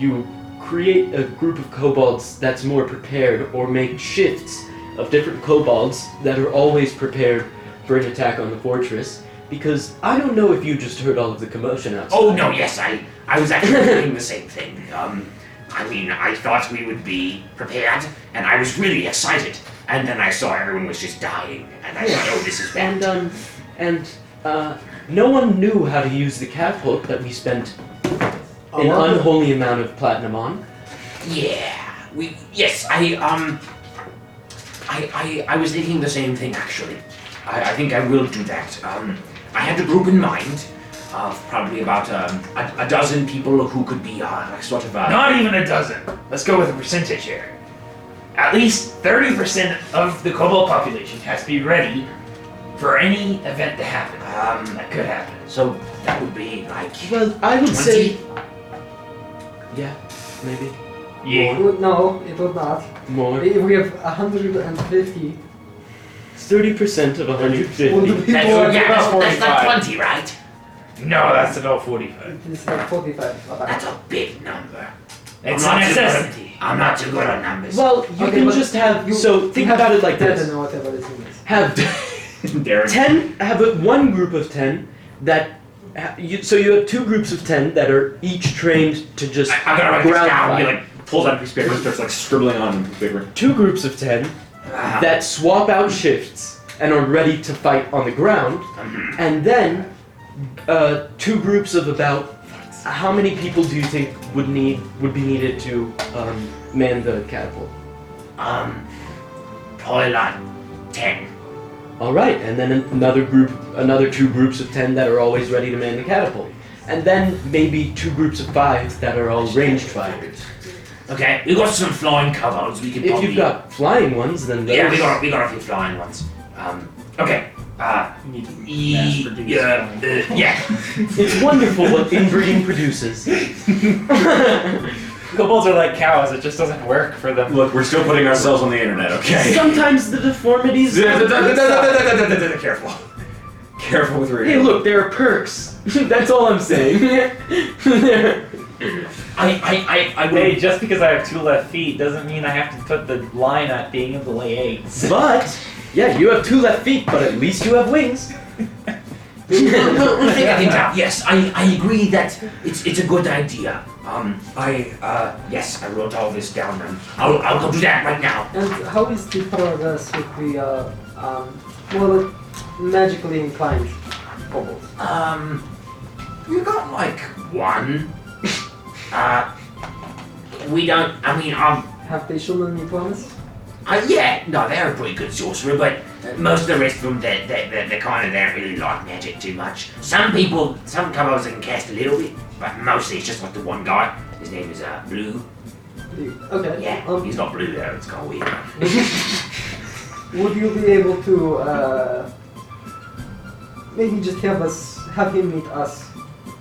C: you create a group of kobolds that's more prepared, or make shifts of different kobolds that are always prepared for an attack on the fortress. Because I don't know if you just heard all of the commotion outside.
E: Oh no, yes, I I was actually thinking the same thing. Um, I mean, I thought we would be prepared, and I was really excited. And then I saw everyone was just dying, and I thought, oh, this is bad.
C: And um, and uh, no one knew how to use the catapult that we spent
D: A
C: an
D: lot of-
C: unholy amount of platinum on.
E: Yeah. We yes, I um I I, I was thinking the same thing actually. I, I think I will do that. Um I had a group in mind of probably about um, a, a dozen people who could be uh, like sort of uh,
G: Not even a dozen. Let's go with a percentage here. At least 30% of the kobold population has to be ready for any event to happen. uh,
E: um
G: That could happen.
E: so that would be like
C: Well, I would
E: 20?
C: say, yeah, maybe
G: Yeah.
D: would- no, it would not.
C: more.
D: If we have 150,
C: Thirty percent of hundred
D: all
C: fifty.
D: the people
E: That's,
D: are
E: yeah, that's,
H: about
E: that's not
H: 45.
E: twenty, right?
G: No, that's about 45.
D: It's like 45.
E: That's a big number.
G: It's an
E: I'm not too
G: necessity.
E: good- I'm not too good on numbers.
C: Well, you
D: Okay,
C: can
D: but
C: just have.
D: you-
C: so
D: you
C: think
D: have
C: about it like
D: ten
C: this:
D: and whatever it is.
C: have
A: Darren.
C: ten, have a, one group of ten that. ha- You, so you have two groups of ten that are each trained to just
A: I, I gotta write this
C: ground
A: down. He
C: fight.
A: like pulls out a piece of paper and starts like scribbling on a piece of paper.
C: two groups of ten
G: uh,
E: Ah,
C: that swap out shifts and are ready to fight on the ground, and then uh, two groups of about how many people do you think would need would be needed to um, man the catapult?
E: um probably like ten.
C: All right, and then another group, another two groups of ten that are always ready to man the catapult, and then maybe two groups of five that are all ranged fighters.
E: Okay, we got some flying kobolds. We could
C: If
E: probably.
C: you've got flying ones, then those,
E: yeah, we got we got a few flying ones. Um, okay. Uh,
H: Need to mass
E: e-
H: produce
E: yeah,
H: flying.
E: uh, yeah.
C: it's wonderful what inbreeding produces.
H: Kobolds are like cows. It just doesn't work for them.
A: Look, we're still putting ourselves on the internet, okay?
C: Sometimes the deformities. are the good side.
A: Careful. Careful with
C: Hey,
A: radio.
C: look, there are perks. That's all I'm saying.
E: I I I I
H: Hey,
E: will.
H: just because I have two left feet doesn't mean I have to put the line at being able to lay eggs.
C: but yeah, you have two left feet, but at least you have wings.
E: We'll, we'll, we'll figure things out. Yes, I, I agree that it's it's a good idea. Um, I uh yes, I wrote all this down. Um, I'll I'll go do that right now.
D: And how is the progress with the, uh, um, well, magically inclined kobolds?
E: Um, we got like one. Uh, we don't. I mean, um.
D: Have they shown any promise?
E: Uh, yeah, no, they're a pretty good sorcerer, but most of the rest of them, they they they they kind of they don't really like magic too much. Some people, some couples can cast a little bit, but mostly it's just like the one guy. His name is uh, Blue.
D: Okay.
E: Yeah,
D: Um,
E: he's not blue though. It's kind of weird.
D: would you be able to uh, maybe just have us have him meet us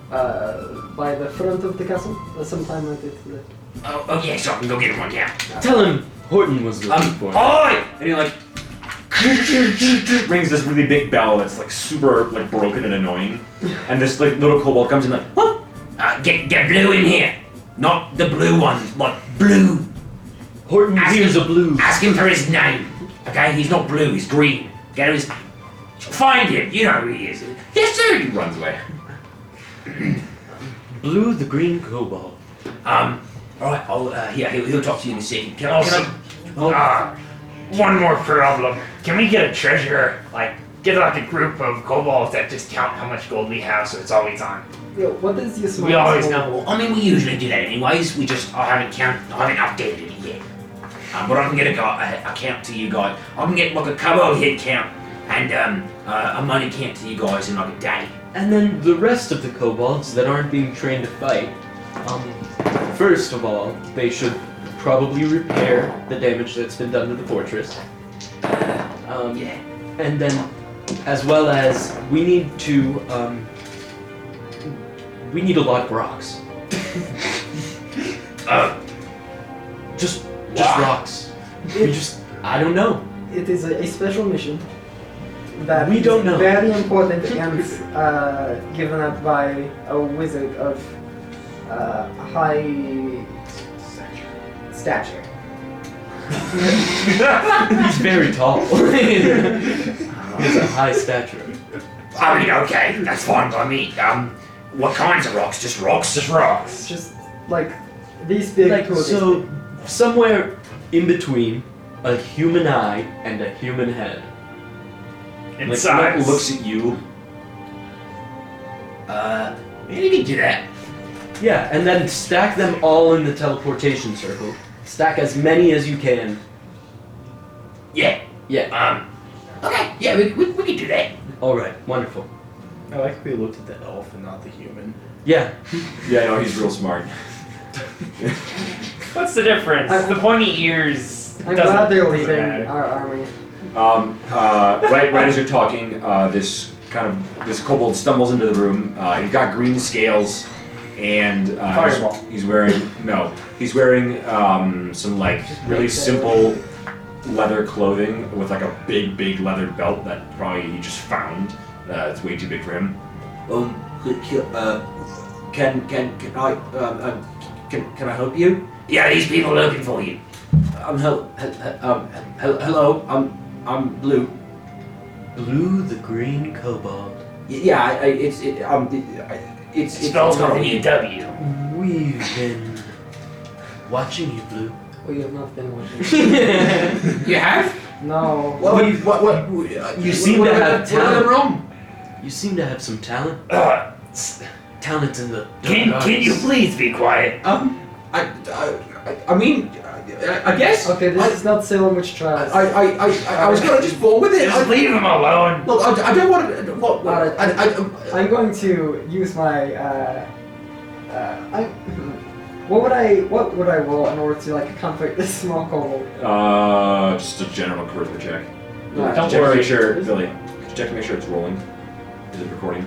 D: uh, by the front of the castle uh, sometime like this? uh,
E: Oh, oh yeah, so I can go get him one. Yeah.
C: Tell him Horton was looking
A: Um,
C: for. him.
A: Oi! And he like rings this really big bell that's like super like broken and annoying, and this like little kobold comes in like, what?
E: Uh, get get blue in here, not the blue one, but blue.
C: Horton's
E: Ask
C: ears
E: him-
C: are blue.
E: Ask him for his name. Okay, he's not blue. He's green. Get his. Find him. You know who he is. Yes, sir. He runs away.
C: Blue the green cobalt.
E: Um. All right. I'll. Uh, yeah. He'll, he'll talk to you in a second. Can I? uh, Can
I: Also,
E: I oh.
C: Um,
I: ah, one more problem. Can we get a treasurer? Like, get like a group of kobolds that just count how much gold we have, so it's always on.
D: Yeah, what is your
I: We always
D: smartest
I: know.
E: Well, I mean, we usually do that anyways. We just I haven't count, I haven't updated it yet. Um, but I can get a, guy, a, a count to you guys. I can get like a couple of head count and um, uh, a money count to you guys in like a day.
C: And then the rest of the kobolds that aren't being trained to fight, um, first of all, they should probably repair the damage that's been done to the fortress. Um,
E: Yeah.
C: And then, as well as, we need to, um, we need to lock rocks.
E: Uh,
C: Just, just
E: why?
C: rocks. We just, I don't know.
D: It is a, a special mission that
C: We
D: is
C: don't know.
D: very important and uh, given up by a wizard of uh, high stature.
C: He's very tall. He has a high stature.
E: I mean, okay, that's fine by me. Um, what kinds of rocks? Just rocks? Just rocks.
D: It's just like these big
C: Like,
D: to this big.
C: so, somewhere in between a human eye and a human head.
A: Like,
I: In
A: Matt
I: size.
A: looks at you.
E: Uh, yeah, you can do that.
C: Yeah, and then stack them all in the teleportation circle. Stack as many as you can.
E: Yeah.
C: Yeah.
E: Um, okay, yeah, we, we, we can do that.
C: Alright, wonderful.
J: I like we looked at the elf and not the human.
C: Yeah.
A: Yeah, no, he's real smart.
H: What's the difference?
D: I'm-
H: the pointy ears.
D: I'm
H: doesn't-
D: glad they're
H: doesn't
D: leaving
H: matter.
D: our army.
A: Um, uh, right, right as you're talking, uh, this kind of this kobold stumbles into the room. Uh, he's got green scales, and uh, he's-
H: Fireball.
A: he's, wearing no, he's wearing um, some like really simple leather clothing with like a big, big leather belt that probably he just found. Uh, it's way too big for him.
E: Um, could you, uh, can can can I um, um can, can I help you? Yeah, these people are looking for you. Um, hel- hel- hel- um hel- hello, I'm I'm Blue.
C: Blue the green cobalt.
E: Y- Yeah, I, I, it's it, um it- I- it's
I: It
E: it's
I: spells
E: it's not
I: with an
E: weird.
I: EW.
C: We've been watching you, Blue.
D: We Oh, have not been watching.
C: you
E: You have?
D: No.
E: What? What? What? what, what
C: You seem
E: what,
C: to
E: what,
C: have
E: What am I
C: talent.
E: wrong?
C: seem to have some talent.
I: Uh, s-
C: Talent in the dark
I: can,
H: Oh,
I: can you
C: arts.
I: please be quiet?
E: Um, I I, I, I mean, I, I guess.
D: Okay, this
E: I,
D: is not Salem Witch Trials.
E: I, I, I, I, I was gonna just fall with it.
I: Just
E: I,
I: leave him alone.
E: look, I, I don't want to. What? what
D: Alright.
E: I, I, um,
D: I'm going to use my. Uh, uh, I, what would I what would I roll in order to like comfort this small kobold?
A: Uh, just a general charisma check.
D: Alright.
H: Don't
A: check To
H: worry.
A: make sure, Billy. Check to make sure it's rolling. Is it recording?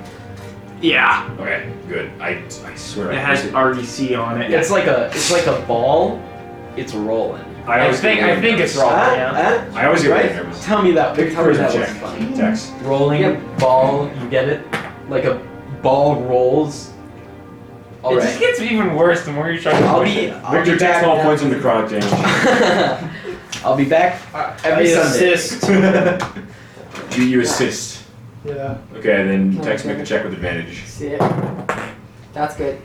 H: Yeah.
A: Okay, good. I, I swear
H: It
A: I
H: has
A: it.
H: RDC on it.
C: It's like a it's like a ball. It's rolling.
A: I
H: I
A: always
H: think
A: get
H: I
A: really
H: think it's
A: nervous.
H: wrong.
C: Ah,
H: yeah.
C: ah.
A: I always get really
C: Right?
A: nervous.
C: Tell me that. Tell me
A: Charisma
C: that was
A: check.
C: funny.
A: Dex.
C: Rolling ball, you get it? Like a ball rolls. All
H: It just
C: right.
H: gets even worse the more you try to
C: I'll
H: push
C: be.
H: it.
C: I'll
A: Victor
C: be
A: takes
C: back.
A: 12 points in necrotic damage.
C: I'll be back every
J: I
C: Sunday.
J: assist.
A: you, you assist.
J: Yeah.
A: Okay, then Dex make the check with advantage.
D: See it. That's good.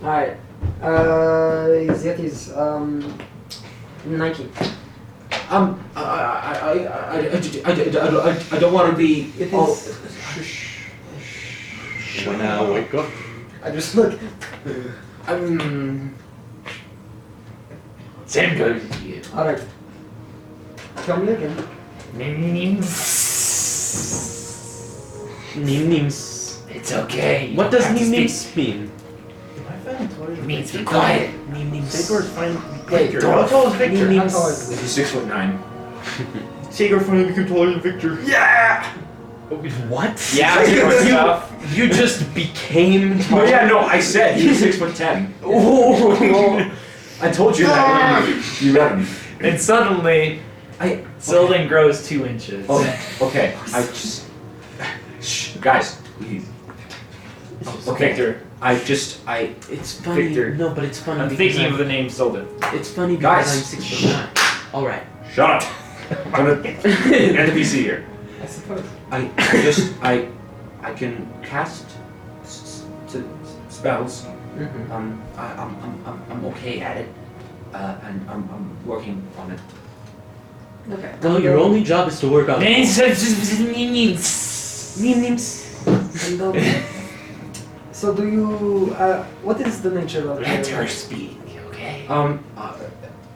D: All right. Uh, that is um, Nike.
E: Um, I, I, I, I, I, I, I, I, I don't want to be.
D: It is.
E: all-
C: Now wake up.
D: I just look.
E: um,
I: Same goes to you.
D: All right. Tell me again.
C: Nim nims.
I: It's okay.
C: What does
I: You
C: nim
I: have to
C: nims mean?
J: I found toys.
I: It means be quiet.
C: Nim
J: Sigurd
C: nims.
J: find
D: Wait,
J: Victor.
I: don't-
J: How tall is Victor?
D: How tall is
A: He's six foot nine.
J: Sigurd find controlling Victor.
I: Yeah!
C: What?
H: Yeah, it's doing stuff.
C: You just became.
A: Oh yeah, no, I said he's six foot ten.
C: Ooh.
A: I told you that. when you you read him.
H: And suddenly,
A: I-
H: Sylvan grows two inches.
E: Oh,
A: Okay, okay. I just. Shh, guys, please. Okay,
H: Victor,
K: I just I.
C: It's funny.
B: Victor.
C: No, but it's funny
B: I'm
C: because
B: thinking
C: I'm,
B: of the name Solden.
C: it's funny because
A: Guys.
C: I'm six foot nine. All right.
A: Shut up. I'm gonna end the PC here.
B: I suppose.
K: I, I just I I can cast s- s- s- spells.
C: Mhm.
E: Mm-hmm.
K: Um, I, I'm, I'm, I'm, I'm okay at it, uh, and I'm, I'm working on it.
D: Okay.
C: Well, your only job is to work on. it.
D: And, um, so do you? Uh, what is the nature of
E: Let
D: your?
E: her speak, okay?
K: Um, uh,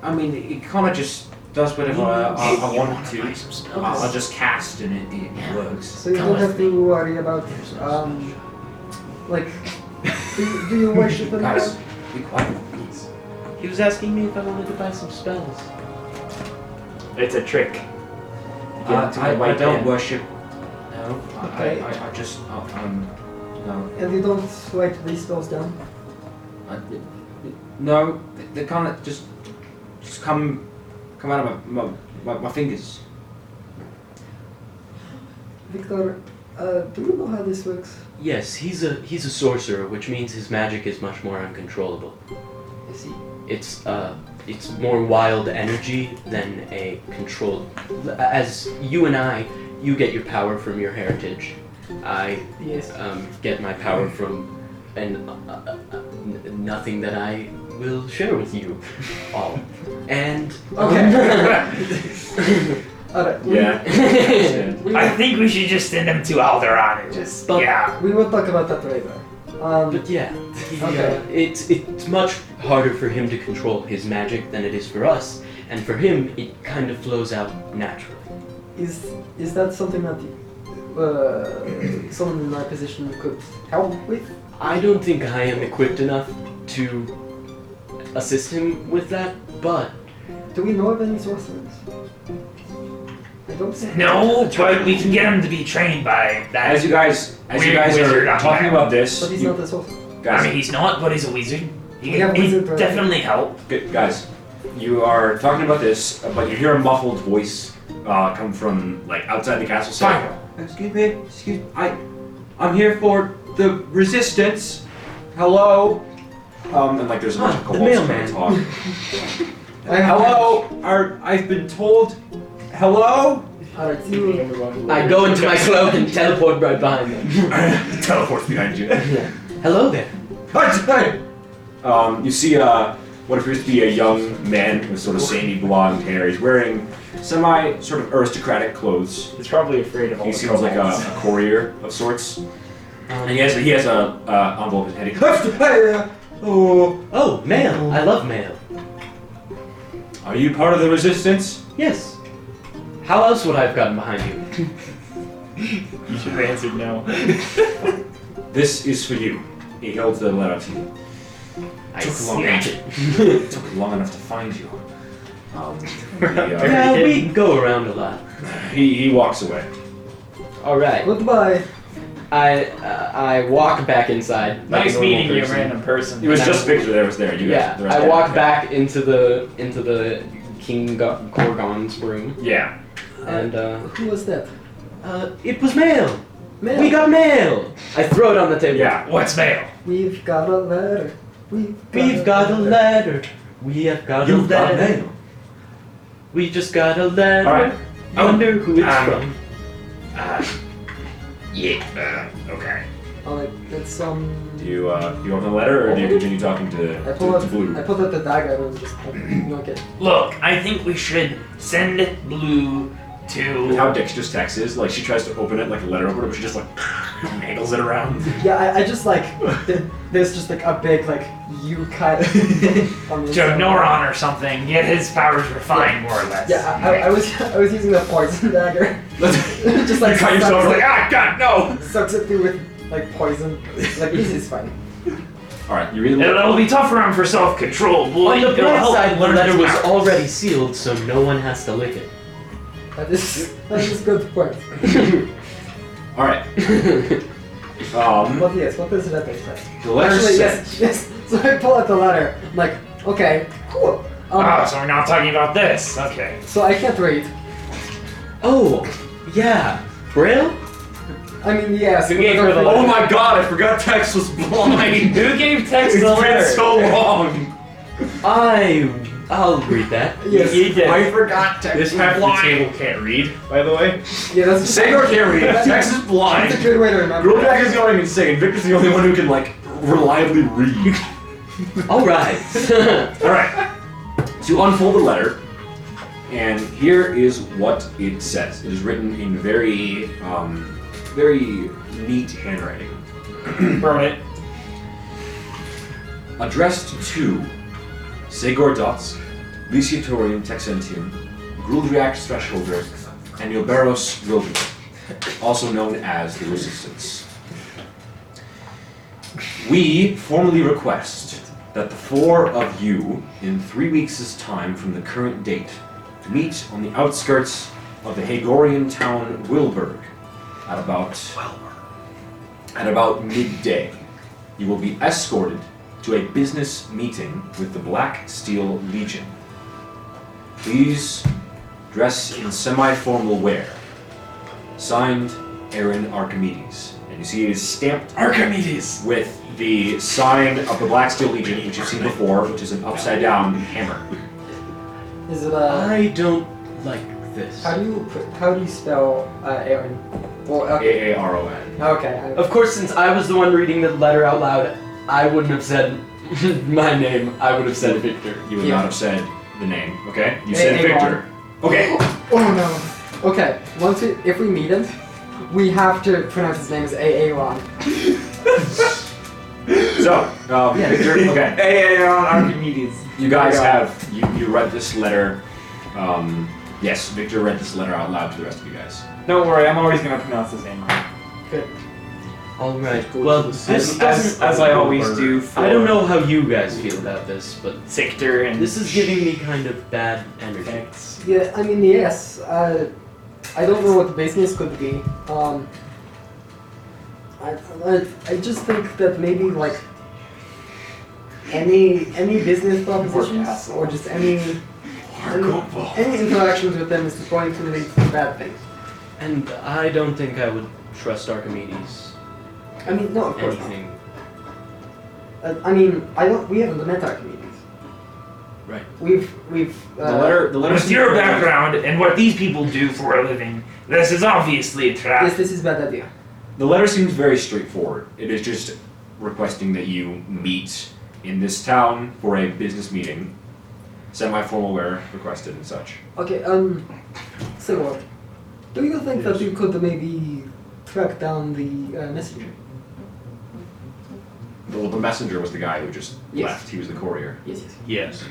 K: I mean, it kind of just does whatever I, I, I
E: You
K: want
E: wanna
K: to.
E: buy some spells?
K: I'll I'll just cast, and it, it works.
D: So you
E: Come
D: don't
E: with
D: have to worry about um, like. Do you, do you worship an
K: Guys,
D: idol?
K: be quiet, please.
C: He was asking me if I wanted to buy some spells.
B: It's a trick.
K: Uh,
B: to the
K: I, I
B: white
K: don't
B: man.
K: worship. No, I-
D: Okay.
K: I, I, I just uh, um, no.
D: And you don't write these spells down.
K: I- No, they- they kind of just just come come out of my my, my, my fingers.
D: Victor, uh, do you know how this works?
C: Yes, he's a he's a sorcerer, which means his magic is much more uncontrollable.
D: Is he?
C: It's uh it's more wild energy than a controlled as you and I, you get your power from your heritage. I
D: Yes.
C: um, get my power from and uh, uh, uh, n- nothing that I will share with you all. And
D: Okay. All right. We,
A: Yeah. understand.
D: We,
E: I
D: will-
E: think we should just send him to Alderaan and just
C: But-
E: yeah.
D: we will talk about that later. Um,
C: But yeah, he, uh,
D: Okay.
C: it's it's much harder for him to control his magic than it is for us, and for him it kind of flows out naturally.
D: is is that something that uh, someone in my position could help with?
C: I don't think I am equipped enough to assist him with that, but
D: Do we know of any sorcerers? I don't think.
E: No, but we can get him to be trained by that.
A: As you guys, as you
E: Weird
A: guys are
E: wizard on
A: talking
E: that.
A: about this,
D: But he's
A: you-
D: not a sorcerer.
A: guys,
E: I mean, he's not, but he's a wizard.
D: We
E: He
D: have
E: can he
D: wizard, right?
E: definitely help.
A: Gu- guys, you are talking about this, but you hear a muffled voice uh, come from like outside the castle. say, Excuse me. Excuse. I. I'm here for the resistance. Hello. Um, and like there's a bunch of
C: Huh, the
A: kobolds trying
C: mailman.
A: to talk.
D: I
A: Hello. Are I've been told. Hello.
D: Alright, you.
C: I go into my cloak and teleport right behind him.
A: Teleports behind you.
C: Hello there.
A: Um, you see uh, what appears to be a young man with sort of sandy blonde hair. He's wearing semi sort of aristocratic clothes.
B: He's probably afraid of all
A: He
B: the
A: seems like a,
B: kobolds.
A: a courier of sorts. And he
C: Um,
A: has he has a uh, envelope in his hand. He- Oh,
C: uh, oh, mail. I love mail.
A: are you part of the resistance?
C: Yes. How else would I have gotten behind you?
B: You should have answered no.
A: This is for you. He holds the letter to you.
C: I
A: Took long
C: snatch
A: enough.
C: it.
A: It took long enough to find you. Um, the,
C: yeah, we go around a lot.
A: uh, he he walks away.
F: All right.
D: Goodbye.
F: I uh, I walk back inside. like a
B: Nice
F: normal
B: meeting you,
F: person.
B: random person.
A: It was
F: And
A: just Victor that was there. You guys,
F: Yeah,
A: the rest
F: I
A: of you-
F: walk back into the into the King Go- Gorgon's room,
A: Yeah.
F: and uh,
D: Who was that?
C: Uh, it was mail.
D: Man,
C: We got mail.
F: I throw it on the table.
A: Yeah.
E: What's mail?
D: We've got a letter. We've got,
C: We've got a letter. We have got a letter. We just got a letter.
A: All right. Oh,
C: Wonder who it's
E: um,
C: from.
E: Uh, yeah. Uh, okay.
D: Alright, it's um.
A: Do you uh, you open the letter or do you continue talking to,
D: I
A: to,
D: pull
A: to
D: out.
A: Blue?
D: I pull out the dagger and just knock it.
E: Look, I think we should send Blue
A: With how
E: to.
A: dexterous Tex is, like she tries to open it like a letter opener, but she just like angles it around.
D: Yeah, I, I just like. th- There's just like a big like you cut. on the
E: To
D: inside.
E: Noron or something, get his powers refined more or less.
D: Yeah, I, I, I was I was using the poison dagger. just
A: you
D: like
A: cut
D: sucks,
A: yourself like
D: it,
A: ah god no.
D: sucks it through with like poison. Like this is fine.
A: All right, you read the letter.
E: It'll be tough for him for self-control, boy.
C: On the
E: It'll
C: bright
A: oh,
E: help
C: side,
E: him
C: the
E: learn
C: letter
E: his
C: was
E: powers.
C: already sealed, so no one has to lick it.
D: That is that is good point.
A: All right. Um,
D: But yes, what does letter say?
A: the letter
D: Actually,
A: says,
D: yes, yes. So I pull out the letter. I'm like, okay, cool. Um,
E: Oh, so we're not talking about this. Okay.
D: So I can't read.
C: Oh, yeah. Braille?
D: I mean, yes.
B: Who
D: but
B: gave
D: I don't
B: her the
D: think-
A: Oh my god, I forgot Tex was blind.
B: Who gave text
A: it's
B: the
A: been
B: letter?
A: so long.
C: I. I'll read that.
D: Yes.
B: You did.
A: I forgot Tex
E: This
A: was
E: half of the
A: blind.
E: table can't read.
L: By the way,
D: Yeah, that's
A: Sagar can't read. Tex is
D: That's a
A: blind.
D: good way to remember.
A: Grillback is going insane. Victor's the only one who can like reliably read.
C: Alright.
A: All right. To unfold the letter, and here is what it says. It is written in very, um, very neat handwriting,
B: Permanent.
A: addressed to Segor Dots, Lyciatorium Texentium, Grulriac Thresholder, and Yoberos Grilby, also known as the Resistance. We formally request that the four of you, in three weeks' time from the current date, meet on the outskirts of the Hagorian town Wilburg at about at about midday. You will be escorted to a business meeting with the Black Steel Legion. Please dress in semi-formal wear. Signed, Aaron Archimedes. And you see it is stamped
E: Archimedes!
A: with the sign of the Black Steel Legion, which you've seen before, which is an upside down hammer.
D: Is it uh,
C: I don't like this.
D: how do you put, how do you spell uh, Aaron? Well, okay.
A: A A R O N.
D: Okay. I-
C: Of course, since I was the one reading the letter out loud, I wouldn't have said my name. I would have said Victor.
A: You would
D: Yeah.
A: not have said the name, okay? You
D: A-
A: said
D: A R.
A: Victor. Okay.
D: Oh no. Okay. Once we, if we meet him, we have to pronounce his name as A A Ron.
A: So, um, Victor, okay.
B: Hey, Archimedes.
A: You guys
D: Yeah.
A: have you, you read this letter. Um, yes, Victor read this letter out loud to the rest of you guys.
B: Don't worry, I'm always gonna pronounce his name right.
C: All right. Well, this
B: As, as,
C: doesn't.
B: as I always do for.
C: I don't know how you guys feel about this, but
B: Sictor and.
C: this is giving me kind of bad energy.
B: Thanks.
D: Yeah. I mean, yes. Uh, I don't know what the business could be. Um. I, I, I just think that maybe like any any business propositions or just any any, any interactions with them is going to lead to bad things.
C: And I don't think I would trust Archimedes.
D: I mean, no, of course not.
C: Anything.
D: Uh, I mean, I don't. We haven't met our communities.
C: Right.
D: We've we've. Uh,
A: The letter, the letter.
E: With your background and what these people do for a living, this is obviously a
D: Yes,
E: trap.
D: this is bad idea.
A: The letter seems very straightforward. It is just requesting that you meet in this town for a business meeting, semi-formal wear requested and such.
D: Okay. Um. So what? Do you think that you could maybe track down the uh, messenger?
A: The, the messenger was the guy who just
D: Yes.
A: left. He was the courier.
D: Yes. Yes.
F: Yes.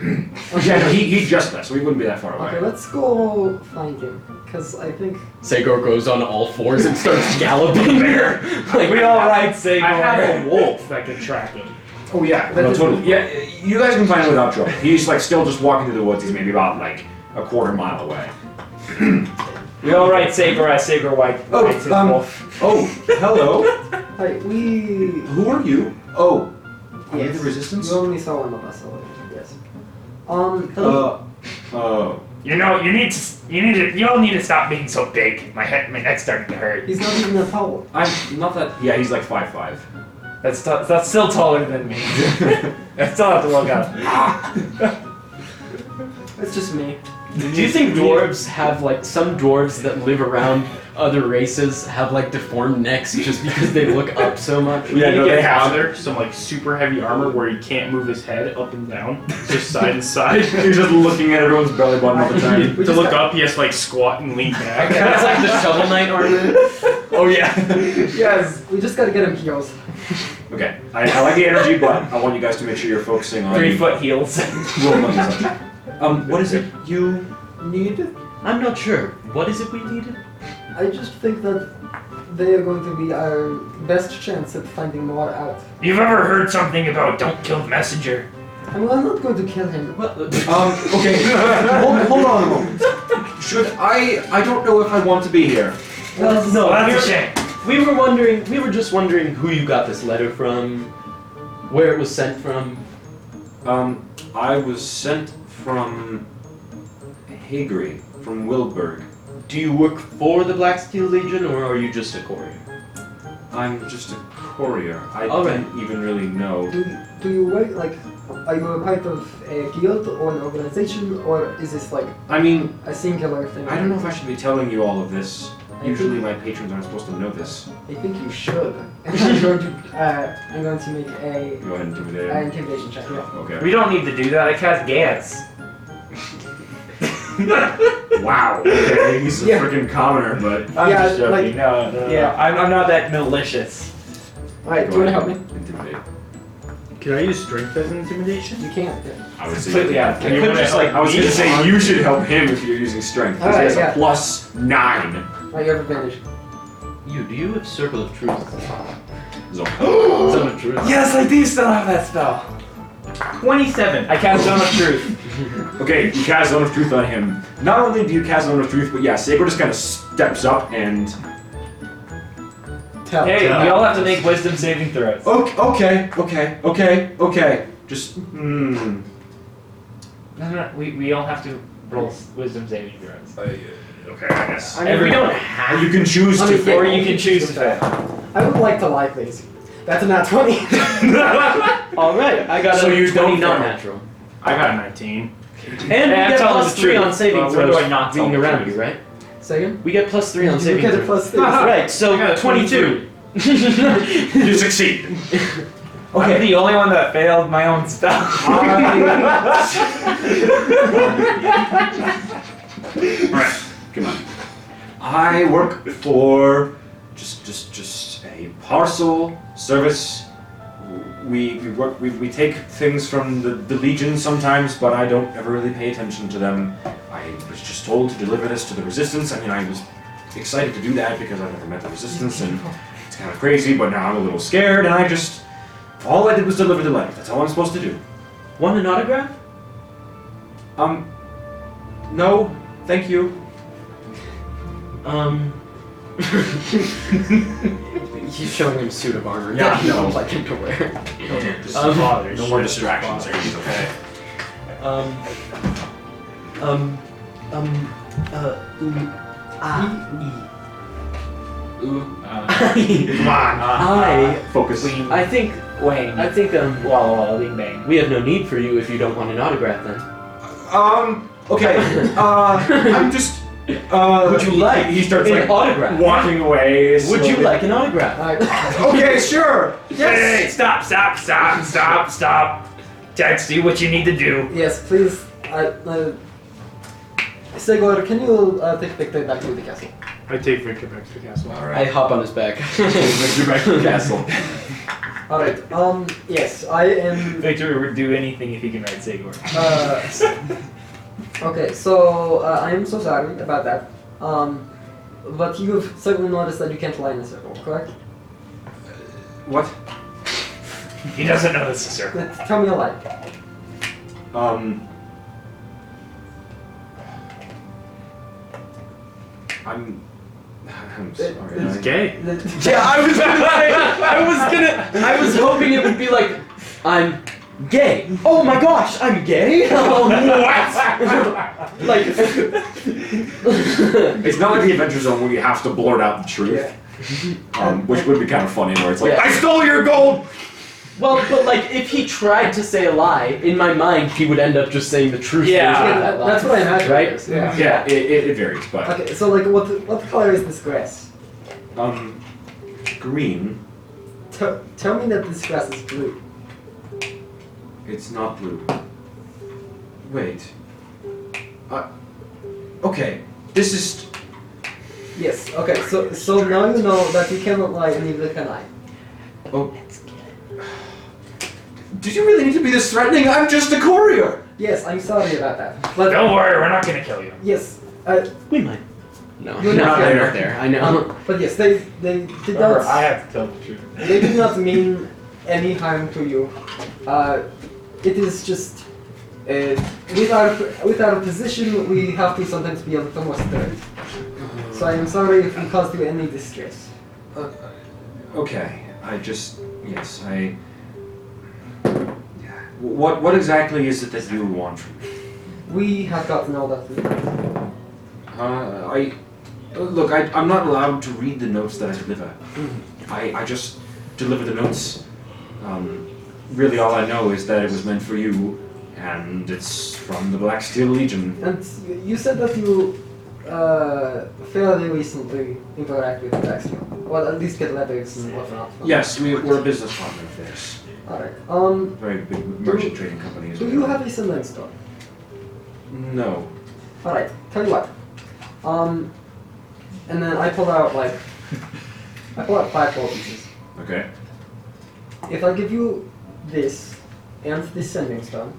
D: Okay.
A: Yeah, no, he, he just left, so he wouldn't be that far away.
D: Okay. Let's go find him because I think.
C: Segor goes on all fours and starts galloping there. Like,
B: We all right, Sigor.
E: I have a wolf that can track him.
A: Oh yeah,
D: That
A: no,
D: is-
A: totally. Yeah, you guys can find him without trouble. He's like still just walking through the woods. He's maybe about like a quarter mile away.
B: We all right, Sagor. I Sagor White.
A: Oh,
B: White's his
A: um,
B: wolf.
A: Oh, hello.
D: Like we.
A: Who are you? Oh, are you
D: Yes.
A: the resistance?
D: You only saw one of us already. Yes. Um.
A: Uh, uh,
E: You know, you need to, s- you need to, you all need to stop being so big. My head, my neck's starting to hurt.
D: He's not even a power.
A: I'm not that. Yeah, he's like five five.
B: That's, t- that's still taller than me. I still have to look up.
D: It's just me.
C: Do you think dwarves have like some dwarves that live around other races have like deformed necks just because they look up so much?
A: Yeah,
L: we
A: no,
L: need to
A: they
L: get
A: have-
L: Father some like super heavy armor where he can't move his head up and down, just side and side.
A: He's just looking at everyone's belly button all the time.
L: to look up, he has to like squat and lean back.
C: It's like the shovel knight armor.
L: oh yeah.
D: Yes. We just gotta get him heals.
A: Okay, I, I like the energy, but I want you guys to make sure you're focusing on
B: Three foot heels.
A: roll money and such. Um, what is it you need?
C: I'm not sure. What is it we needed?
D: I just think that they are going to be our best chance at finding more out.
E: You've ever heard something about don't kill the messenger?
D: I mean, I'm not going to kill him.
C: Well, uh,
A: Um, okay, hold, hold on a moment. Should I? I don't know if I want to be here.
D: Well,
B: Oh,
E: Well,
C: no.
E: that's a shame.
C: We were wondering. We were just wondering who you got this letter from, where it was sent from.
A: Um, I was sent from Hagri, from Wilburg.
C: Do you work for the Black Steel Legion, or are you just a courier?
A: I'm just a courier. I
C: All right.
A: didn't even really know.
D: Do, do you work like? Are you a part of a guild or an organization, or is this like
A: I mean,
D: a singular thing?
A: I don't know if I should be telling you all of this. Usually, my patrons aren't supposed to know this.
D: I think you should. I'm going to, uh, I'm going to make a
A: Go ahead and do
D: an
A: it.
D: intimidation check. Yeah.
A: Okay.
B: We don't need to do that. I cast Gats.
A: wow. Okay. He's a
D: Yeah.
A: freaking commoner, but
B: I'm
D: Yeah,
B: just joking.
D: like-
B: no, no, no.
D: Yeah.
B: I'm, I'm not that malicious.
D: All right, do you want to help me?
A: intimidate.
L: Can I use strength as an intimidation?
D: You can't. Yeah.
A: I would say
B: Completely out. of
A: You
B: character.
A: wanna
B: Just,
A: help- I was
B: me?
A: gonna say you should help him if you're using strength. 'cause he
D: Alright,
A: has
D: yeah.
A: a plus nine.
D: Right, you have advantage.
C: You do you have circle of truth?
A: So,
C: Zone of truth.
B: Yes, I do still have that spell. 27. I cast Zone of Truth.
A: okay, you cast Zone of Truth on him. Not only do you cast Zone of Truth, but yeah, Saber just kind of steps up and.
D: Tell.
B: Hey, we all have to make wisdom saving throws.
A: Okay, okay, okay, okay, okay. Just. Hmm.
B: No, no, no. We, we all have to roll s- wisdom saving throws.
A: Okay, I guess.
D: I mean,
B: Every-
D: we don't-
A: Or you can choose
D: I
A: to
D: mean,
A: fail.
B: Or you can choose to fail.
D: I would like to lie, please. That's a nat 20.
C: All right, I got
A: So
C: a
A: you don't
C: twenty
A: fail.
C: non-natural,
L: I got a 19.
C: and we
B: telling
C: get plus
B: the
C: three
B: truth.
C: on saving
B: Well, what
C: throws.
B: do I not tell
C: being
B: the
C: around
B: truth?
C: you, right?
D: Second?
C: We get plus three on
D: You
C: saving
D: get a
C: throws.
D: plus 3.
C: Right,
L: I got
C: so
L: a
C: twenty-two.
A: you succeed.
B: I'm the only one that failed my own spell.
A: Alright, come on. I work for just just just a parcel service. We we work we, we take things from the, the Legion sometimes, but I don't ever really pay attention to them. I was just told to deliver this to the Resistance. I mean, I was excited to do that because I've never met the Resistance, and it's kind of crazy. But now I'm a little scared, and I just all I did was deliver the letter. That's all I'm supposed to do.
C: Want an autograph?
A: Um, no, thank you.
C: Um. He's showing him suit of armor.
A: Yeah,
C: that he
A: no.
C: would like him to wear.
A: Just
C: Um,
A: bothers. No more
L: Just
A: distractions. Everything's okay.
C: Um. Um. Um. Uh. Ooh. Ah.
B: Uh,
A: Come on.
C: I.
A: Focus.
B: Wing,
C: I think.
B: Wang.
C: I think. Um.
B: Walla walla, bing bang.
C: We have no need for you if you don't want an autograph then.
A: Um. Okay. Uh. I'm just. Uh.
C: Would you like
A: He starts
C: an
A: like
C: autograph?
A: walking away.
C: Would you
A: slowly.
C: like an autograph?
D: Alright.
A: Okay. Sure.
E: Hey, hey,
A: Yes.
E: stop, stop, stop, stop, stop. Text you what you need to do.
D: Yes, please. I, uh, Segor, can you uh, take Victor back to the castle?
L: I take Victor back to the castle.
A: All
C: I
A: right.
C: hop on his back.
A: Brings you back to the castle.
D: Alright, um, yes, I am.
B: Victor would do anything if he can ride Sigor.
D: Uh, okay, so uh, I am so sorry about that. Um, but you've certainly noticed that you can't lie in a circle, correct?
A: What?
E: He doesn't know this is her.
D: Let's- Tell me a lie.
A: Um. I'm. I'm sorry.
L: He's
A: I-
L: gay.
C: yeah, I was gonna say. I was gonna. I was hoping it would be like, I'm gay. Oh my gosh, I'm gay. Oh, what? like.
A: It's not like the Adventure Zone where you have to blurt out the truth,
D: Yeah.
A: um, which would be kind of funny, where it's like,
C: Yeah.
A: "I stole your gold."
C: Well, but like if he tried to say a lie, in my mind he would end up just saying the truth.
B: Yeah.
C: version
D: Yeah,
C: of that
D: that-
C: lie.
D: that's what I imagine.
C: Right?
D: Yes, Yeah.
A: Yeah, it, it, it varies, but
D: Okay, so like, what what color is this grass?
A: um, green.
D: T- tell me that this grass is blue.
A: It's not blue. Wait. Uh, okay. This is
D: Yes. Okay. So so now you know that you cannot lie, and neither can I.
A: Did you really need to be this threatening? I'm just a courier.
D: Yes, I'm sorry about that. But
E: Don't worry, we're not gonna kill you.
D: yes, uh,
C: We might. No,
D: You're
C: no,
D: not
C: I'm
D: there.
C: not there. I know.
D: Um, but yes, they they did
B: Remember,
D: not
B: I have to tell the truth.
D: they did not mean any harm to you. Uh, it is just uh, with our with our position, we have to sometimes be a little more stern. So I am sorry if we caused you any distress.
A: Okay. I just yes. I. Yeah. What what exactly is it that you want from me?
D: We have gotten all that.
A: Uh, I.
K: Uh, Look, I, I'm not allowed to read the notes that I deliver. I, I just deliver the notes. Um, really, all I know is that it was meant for you, and it's from the Black Steel Legion.
D: And you said that you uh, fairly recently interact with Blackstone. Well, at least get letters and whatnot. from-
K: Yes, we, we're a business partner of theirs.
D: Alright. Um,
K: Very big merchant trading company as
D: do
K: well.
D: you have a similar store?
K: No.
D: Alright, tell you what. Um, and then I pull out like, I pull out five gold pieces.
A: Okay.
D: If I give you this and this sending stone,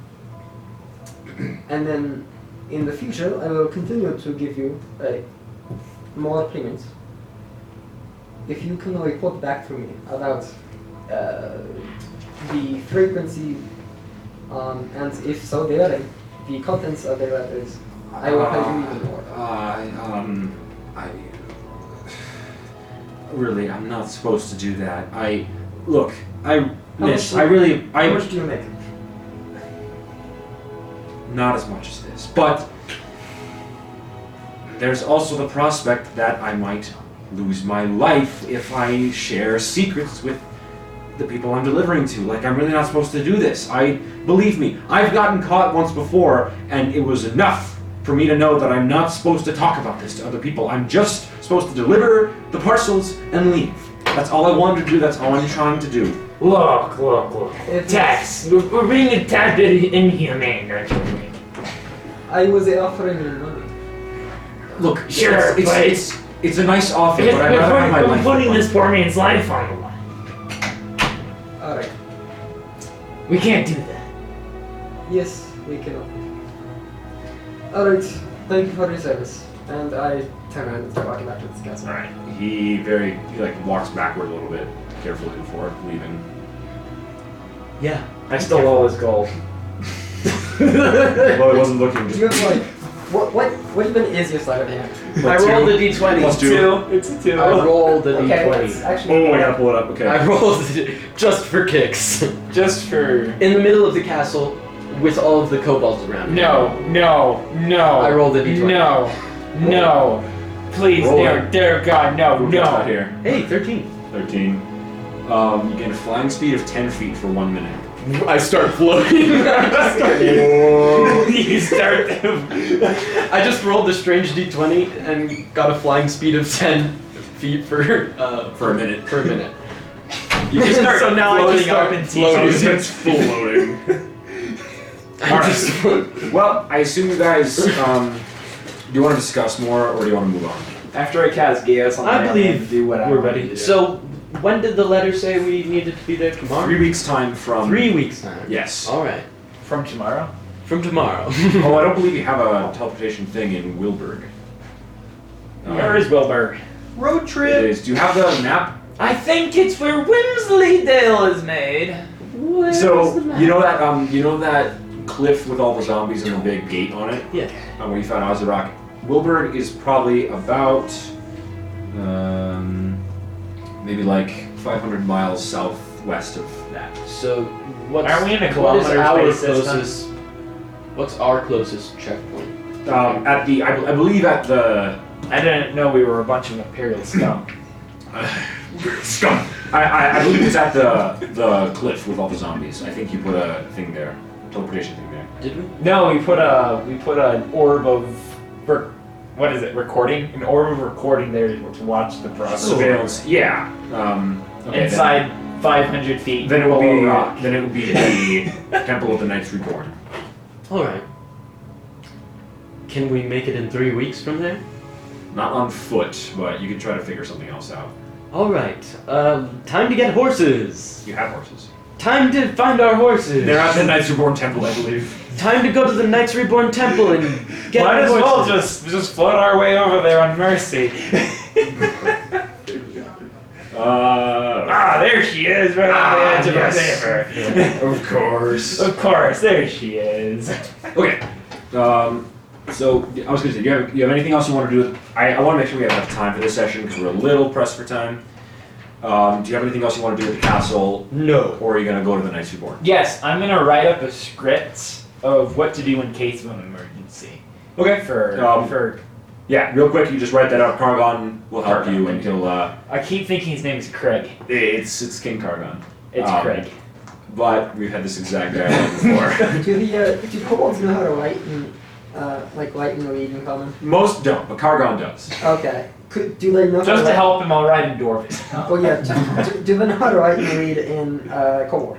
D: and then in the future I will continue to give you uh, more payments. If you can report back to me about uh, the frequency um, and if so daily, the contents of the letters, I will help you even more.
K: Um, I, um, I. Really, I'm not supposed to do that. I. Look, I. Miss,
D: much-
K: I really. I
D: How much do you make?
K: not as much as this. But there's also the prospect that I might lose my life if I share secrets with the people I'm delivering to. Like I'm really not supposed to do this. I believe me, I've gotten caught once before and it was enough for me to know that I'm not supposed to talk about this to other people. I'm just supposed to deliver the parcels and leave. That's all I wanted to do. That's all I'm trying to do.
E: Look, look, look.
D: If-
E: Tax. We're, we're being a tad bit inhumane, aren't we?
D: I was offering you money.
K: Look,
E: Sure,
K: it's, it's,
E: but-
K: it's, it's a nice offer,
E: We're,
K: but I'd rather have my
E: we're
K: life.
E: putting this poor man's life on the line.
D: Alright.
E: We can't do that.
D: Yes, we cannot. Alright, thank you for your service. And I turn around and start walking back to this castle.
A: Alright. He very he like walks backward a little bit, carefully before leaving.
C: Yeah.
B: I stole all his gold.
A: Although he wasn't looking,
D: Do
A: just
D: you have like what what what even is your sleight of hand?
C: I rolled a d20.
A: plus two.
B: It's a two.
C: I rolled a
D: okay, let's
C: d20.
D: actually
A: Oh, I gotta pull it up. Okay.
C: I rolled just for kicks.
L: Just for.
C: In the middle of the castle with all of the kobolds around. me.
B: No, no, no.
C: I rolled a d20.
B: No, no. Please,
A: Roll
B: dear,
A: it.
B: dear God, no,
A: Who gets out
B: no.
A: here.
C: Hey, 13.
A: Thirteen. Um, you gain a flying speed of ten feet for one minute.
C: I start floating.
B: you start them.
C: I just rolled the strange d20 and got a flying speed of 10 feet for uh,
A: For a minute.
C: for a minute.
B: You just start
C: So now I
B: floating
C: just start
B: up and
C: floating.
B: teaching.
A: it's full loading.
C: I just
A: well, I assume you guys um, do you want to discuss more, or do you want to move on?
B: After I cast Gaius on
C: I
B: my
C: believe
B: hand, do what I
C: We're
B: want
C: ready.
B: to do.
C: So, when did the letter say we needed to be there tomorrow?
A: Three weeks time from.
C: Three Oh. weeks time.
A: Yes.
C: All right.
B: from tomorrow.
C: From tomorrow.
A: oh, I don't believe you have a teleportation thing in Wilburg. Um,
B: Where is Wilbur?
C: Road
A: it is. Do you have the map?
B: I think it's where Wimsleydale is made.
A: so you know that um, you know that cliff with all the zombies and the big gate on it.
C: Yeah.
A: Um, where you found Azurok. Wilburg is probably about um, maybe like 500 miles southwest of that.
C: So, what's,
B: Aren't we in a
C: what is
B: kilometer
C: our
B: space system?
C: closest? What's our closest checkpoint?
A: Um, at the I, I believe at the
B: I didn't know we were a bunch of imperial scum.
A: Scum. I, I, I believe it's at the the cliff with all the zombies. I think you put a thing there, teleportation thing there.
C: Did we?
B: No, we put a we put an orb of rec- what is it? Recording an orb of recording there to watch the process
A: Surveillance. Yeah. Um, okay,
B: inside 500 feet.
A: Then, then it will
B: below
A: be
B: a rock.
A: then it will be the temple of the Knights Reborn.
C: All right. Can we make it in three weeks from there?
A: Not on foot, but you can try to figure something else out.
C: All right. Um, time to get horses.
A: You have horses.
C: Time to find our horses.
A: They're at the Knights Reborn temple, I believe.
C: Time to go to the Knights Reborn Temple and get
B: Might
C: our
B: as well
C: horses.
B: just just float our way over there on mercy.
A: Uh,
B: ah, there she is, right on the
A: Ah,
B: edge of
A: yes.
B: our paper.
A: of course.
B: of course, there she is.
A: Okay. Um, so I was going to say, do you have, you have anything else you want to do? With, I, I want to make sure we have enough time for this session because we're a little pressed for time. Um, do you have anything else you want to do with the castle,
C: No.
A: or are you going to go to the Knights Reborn?
B: Yes, I'm gonna write up a script of what to do in case of an emergency.
A: Okay.
B: For
A: Um,
B: for
A: Yeah, real quick, you just write that out. Cargon will help
E: Cargon,
A: you
E: thank you.
A: until uh,
E: I keep thinking his name is Craig.
A: it's it's King Cargon.
E: It's
A: Um,
E: Craig.
A: But we've had this exact dialogue before.
D: Do the uh, do kobolds know how to lighten, uh, like lighten the legion common?
A: Most don't, but Cargon does.
D: Okay. Could, do they know? how
E: Just to
D: light-
E: help him, I'll ride in Dwarven.
D: Well, yeah. Do, do, do they know how to lighten the lead in uh, kobold?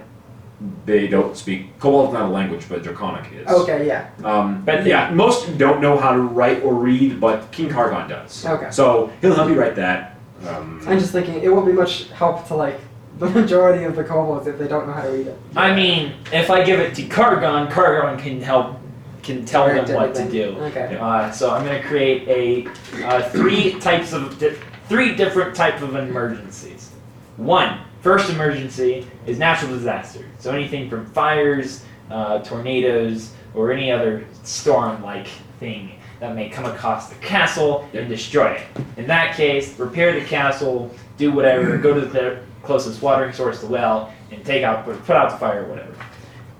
A: They don't speak Kobold's not a language, but Draconic is.
D: Okay. Yeah.
A: Um,
E: But-
A: but yeah, most don't know how to write or read, but King Cargon does.
D: Okay.
A: So he'll help you write that. Um,
D: I'm just thinking it won't be much help to like the majority of the kobolds if they don't know how to read it.
E: I mean, if I give it to Cargon, Cargon can help, can tell them
D: Correct
E: what to
D: everything.
E: do.
D: Okay.
E: Uh, so I'm gonna create a uh, three types of di- three different type of emergencies. One, first emergency is natural disaster. So anything from fires, uh, tornadoes, or any other storm-like thing that may come across the castle and destroy it. In that case, repair the castle, do whatever, go to the cl- closest watering source, the well, and take out, put out the fire, or whatever.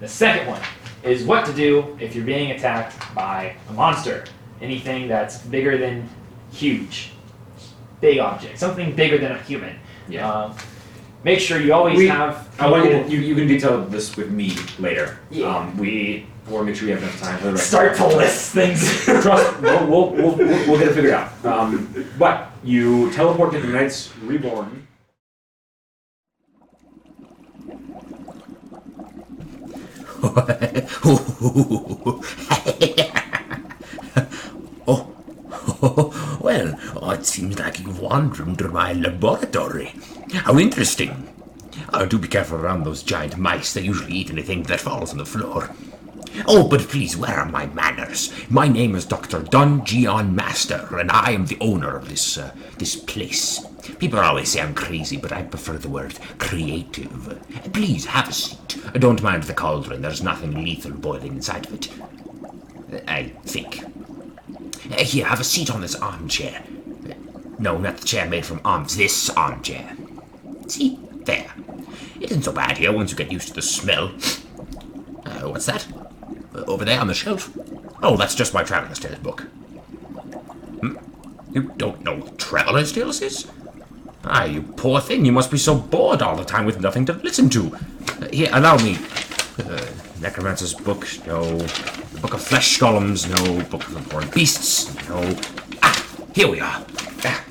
E: The second one is what to do if you're being attacked by a monster. Anything that's bigger than huge, big object, something bigger than a human.
A: Yeah.
E: Um, make sure you always
A: We-
E: have.
A: I want you,
E: people-
A: to, you. You can detail this with me later.
E: Yeah.
A: Um, we want to make sure we have enough time for the rest.
E: start to list things.
A: Trust, we'll, we'll, we'll, we'll, we'll get it figured out. Um, but you teleport to the Knights Reborn.
H: Oh, well, oh, it seems like you've wandered into my laboratory. How interesting. Oh, do be careful around those giant mice. They usually eat anything that falls on the floor. Oh, but please, where are my manners? My name is Dr. Don Gian Master, and I am the owner of this, uh, this place. People always say I'm crazy, but I prefer the word creative. Please, have a seat. Don't mind the cauldron. There's nothing lethal boiling inside of it. I think. Uh, Here, have a seat on this armchair. Uh, No, not the chair made from arms, this armchair. See? There. It isn't so bad here once you get used to the smell. Uh, what's that? Uh, Over there on the shelf? Oh, that's just my Traveler's Tales book. Hmm? You don't know what Traveler's Tales is? Ah, you poor thing, you must be so bored all the time with nothing to listen to. Uh, Here, allow me. Uh, Necromancer's book, no. The Book of Flesh Golems, no. Book of Unborn Beasts, no. Ah, here we are. Ah.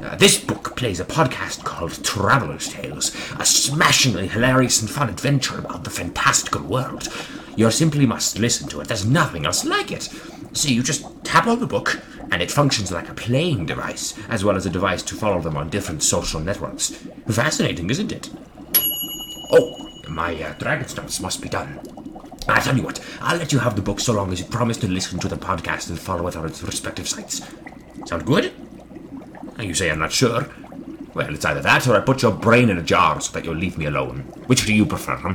H: Uh, this book plays a podcast called Traveler's Tales, a smashingly hilarious and fun adventure about the fantastical world. You simply must listen to it, there's nothing else like it. See, you just tap on the book, and it functions like a playing device, as well as a device to follow them on different social networks. Fascinating, isn't it? Oh, my uh, dragon's dance must be done. I tell you what, I'll let you have the book so long as you promise to listen to the podcast and follow it on its respective sites. Sound good? And you say I'm not sure? Well, it's either that or I put your brain in a jar so that you'll leave me alone. Which do you prefer, huh?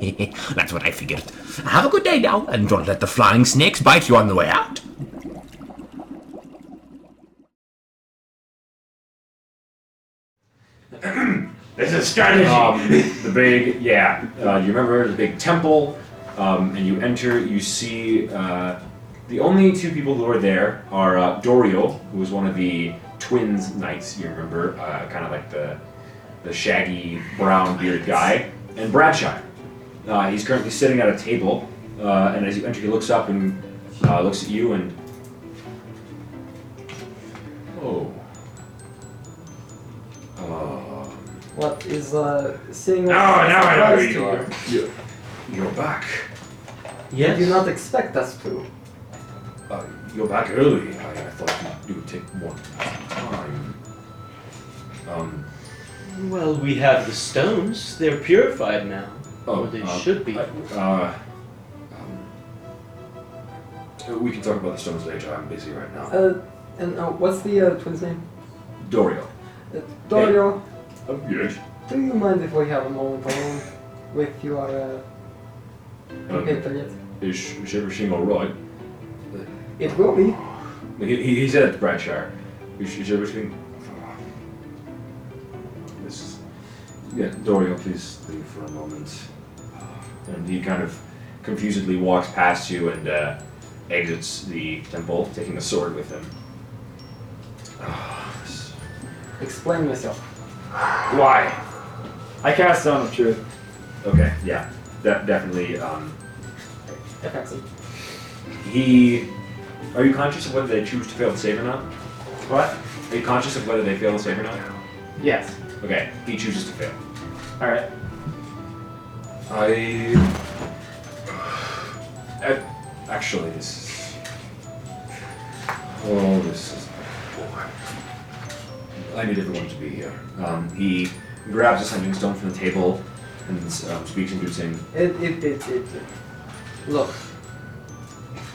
H: That's what I figured. Have a good day now, and don't let the flying snakes bite you on the way out.
M: This is strategy.
A: Um, the big, yeah. Uh, you remember the big temple, um, and you enter. You see uh, the only two people who are there are uh, Doriel, who was one of the twins knights. You remember, uh, kind of like the the shaggy brown bearded guy, and Bradshire. Uh, he's currently sitting at a table, uh, and as you enter, he looks up and uh, looks at you and. Oh. Uh,
D: What is uh seeing?
M: Oh, now I know who you are.
A: you're back.
D: I do
C: Yes.
D: not expect us to.
A: Uh, you're back early. I, I thought you would take more time. Um,
C: Well, we have the stones. They're purified now.
A: oh,
C: or they
A: uh,
C: should be.
A: I- uh, um, uh, we can talk about the stones later. I'm busy right now.
D: Uh, and uh, what's the uh, twin's name?
A: Dorio.
D: Uh, Dorio.
A: Oh, yes.
D: Do you mind if we have a moment alone with your uh,
A: Um,
D: compatriot?
A: is, is everything all right?
D: It will be.
A: He, he, he said it to Bradshire. Is, is everything? This is, yeah, Dorio, please leave for a moment. And he kind of confusedly walks past you and uh, exits the temple, taking a sword with him. Ah, this-
D: Explain yourself.
B: Why? I cast Zone of Truth.
A: Okay, yeah, that definitely. Um,
D: Affects him.
A: he, are you conscious of whether they choose to fail the save or not?
B: What?
A: Are you conscious of whether they fail the save or not?
B: Yes.
A: Okay, he chooses to fail.
B: All right.
A: I. ac- Actually, this is. Oh, this is. I need everyone to be here. Um, he grabs a sending stone from the table and um, speaks inducing.
D: It, it, it, it, it. Look,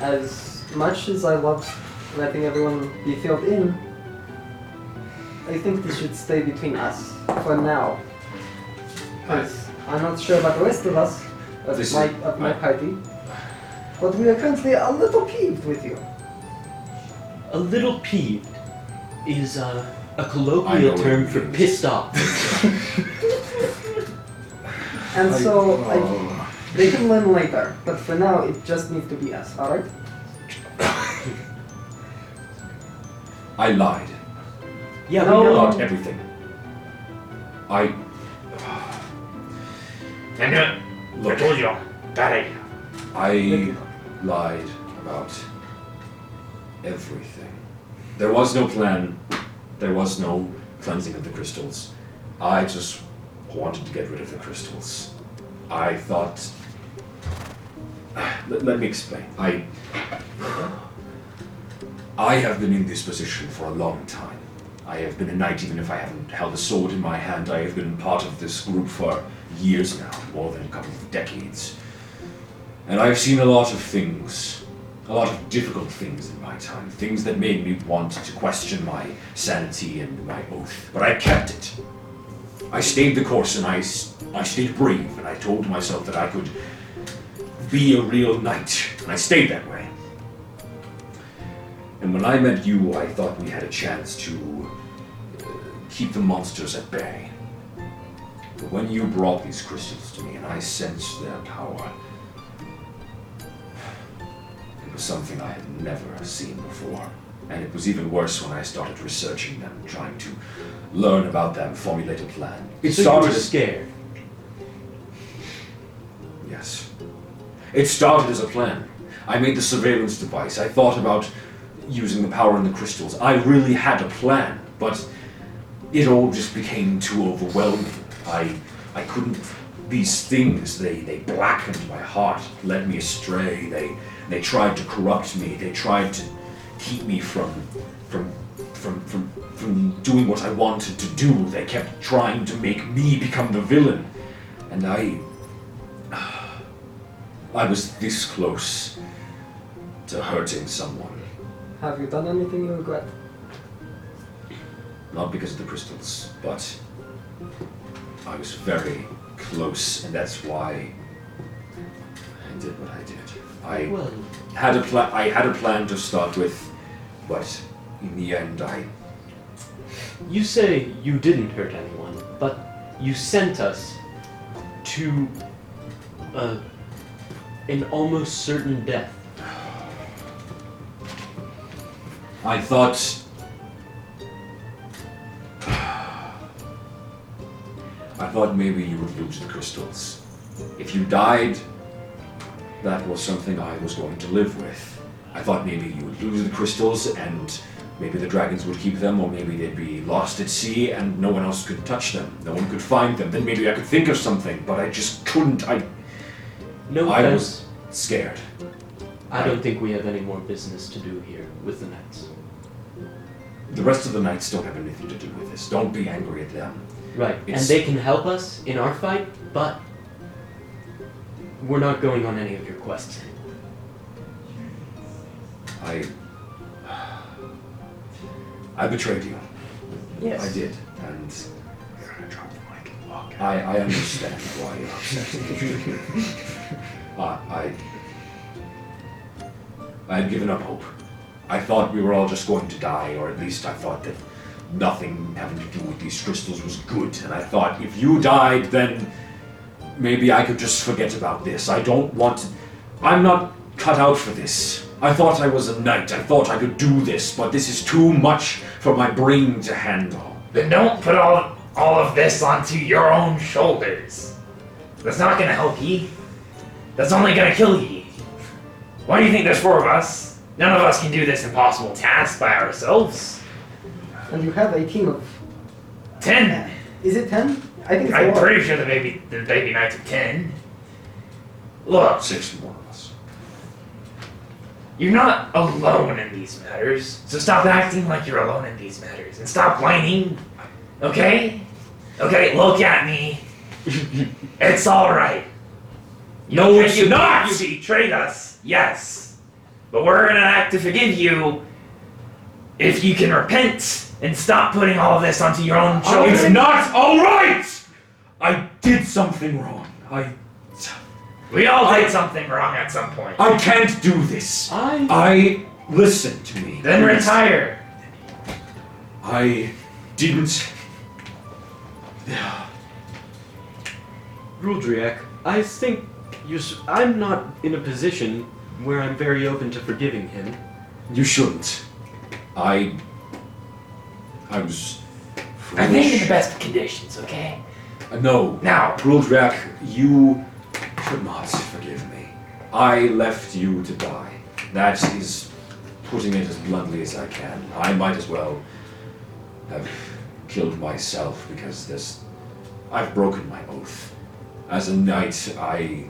D: as much as I love letting everyone be filled in, I think this should stay between us for now. 'Cause I'm not sure about the rest of us, of
A: This
D: my,
A: is-
D: of my
A: I-
D: party, but we are currently a little peeved with you.
C: A little peeved is uh, a
A: I know
C: colloquial
A: what
C: term
A: it
C: for
A: means.
C: pissed off.
D: And so I,
E: Oh.
D: they can learn later, but for now it just needs to be us, alright?
A: I lied
C: Yeah, we
D: No.
C: know.
A: about everything. I.
E: I knew it. I
A: Look,
E: told you. Bad idea.
A: I lied about everything. There was no plan. There was no cleansing of the crystals. I just wanted to get rid of the crystals. I thought. Let, let me explain. I. I have been in this position for a long time. I have been a knight, even if I haven't held a sword in my hand. I have been part of this group for years now, more than a couple of decades. And I've seen a lot of things, a lot of difficult things in my time, things that made me want to question my sanity and my oath. But I kept it. I stayed the course and I, s- I stayed brave and I told myself that I could be a real knight. And I stayed that way. And when I met you, I thought we had a chance to uh, keep the monsters at bay. But when you brought these crystals to me and I sensed their power, it was something I had never seen before. And it was even worse when I started researching them, trying to learn about them, formulate a plan. It
C: so you
A: started
C: were
A: as
C: scared.
A: Yes. It started as a plan. I made the surveillance device. I thought about using the power in the crystals. I really had a plan, but it all just became too overwhelming. I I couldn't these things they, they blackened my heart, led me astray, they they tried to corrupt me, they tried to keep me from from from from, from doing what I wanted to do. They kept trying to make me become the villain. And I I was this close to hurting someone.
D: Have you done anything you regret?
A: Not because of the crystals, but I was very close, and that's why I did what I did. I
C: Well,
A: had a plan. I had a plan to start with, but in the end, I
C: you say you didn't hurt anyone, but you sent us to uh, an almost certain death.
A: I thought. I thought maybe you would lose the crystals. If you died, that was something I was going to live with. I thought maybe you would lose the crystals and maybe the dragons would keep them, or maybe they'd be lost at sea and no one else could touch them. No one could find them. Then maybe I could think of something, but I just couldn't. I
C: No
A: I
C: offense.
A: was scared.
C: I don't think we have any more business to do here with the Knights.
A: The rest of the knights don't have anything to do with this. Don't be angry at them.
C: Right.
A: It's-
C: And they can help us in our fight, but we're not going on any of your quests.
A: I. I betrayed you. I did. And. I, I understand why you're upset. I, I. I had given up hope. I thought we were all just going to die, or at least I thought that nothing having to do with these crystals was good. And I thought if you died, then maybe I could just forget about this. I don't want to. I'm not cut out for this.
K: I thought I was a knight. I thought I could do this, but this is too much for my brain to handle.
E: Then don't put all all of this onto your own shoulders. That's not gonna help ye. That's only gonna kill ye. Why do you think there's four of us? None of us can do this impossible task by ourselves.
D: And you have a team of.
E: Ten.
D: Is it 10? I think it's
E: I'm
D: more.
E: pretty sure the baby the baby knights are ten. Look,
K: Six more of us.
E: You're not alone in these matters, so stop acting like you're alone in these matters and stop whining. Okay? Okay, look at me. it's alright.
A: No, it's
E: you,
A: not!
E: You betrayed us, yes. But we're gonna act to forgive you if you can repent and stop putting all this onto your own shoulders.
A: It's not alright! I did something wrong. I
E: we all did something wrong at some point.
A: I can't do this.
C: I
A: I listen to me.
E: then retire.
A: I didn't
C: Gruldriak, I think you. s I'm not in a position where I'm very open to forgiving him.
A: you shouldn't. I I was
E: I think in the
A: foolish.
E: best conditions, okay?
A: Uh, No.
E: Now,
A: Gruldrak, you should not forgive me. I left you to die. That is putting it as bluntly as I can. I might as well have killed myself because this. I've broken my oath. As a knight, I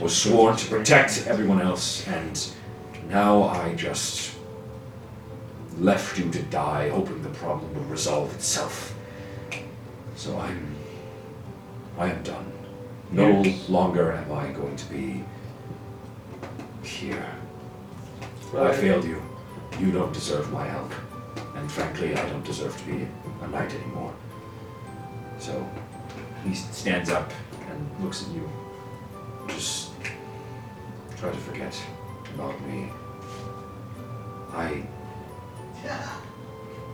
A: was sworn to protect everyone else, and now I just left you to die, hoping the problem would resolve itself. So I'm. I am done. No longer am I going to be here. I failed you. You don't deserve my help. And frankly, I don't deserve to be a knight anymore. So he s- stands up and looks at you. Just try to forget about me. I.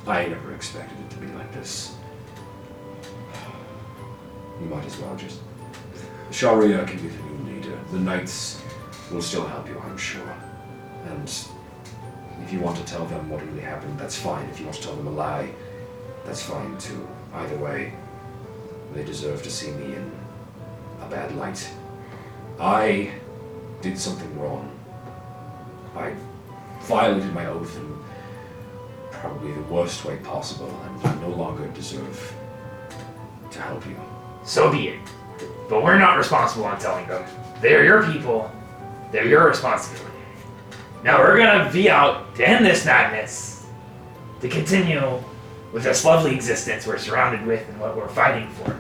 A: I never expected it to be like this. You might as well just. Sharia can be the new leader. The knights will still help you, I'm sure. And if you want to tell them what really happened, that's fine. If you want to tell them a lie, that's fine too. Either way, they deserve to see me in a bad light. I did something wrong. I violated my oath in probably the worst way possible, and I no longer deserve to help you.
E: so be it. But we're not responsible on telling them. They're your people. They're your responsibility. Now we're gonna be out to end this madness, to continue with this lovely existence we're surrounded with and what we're fighting for.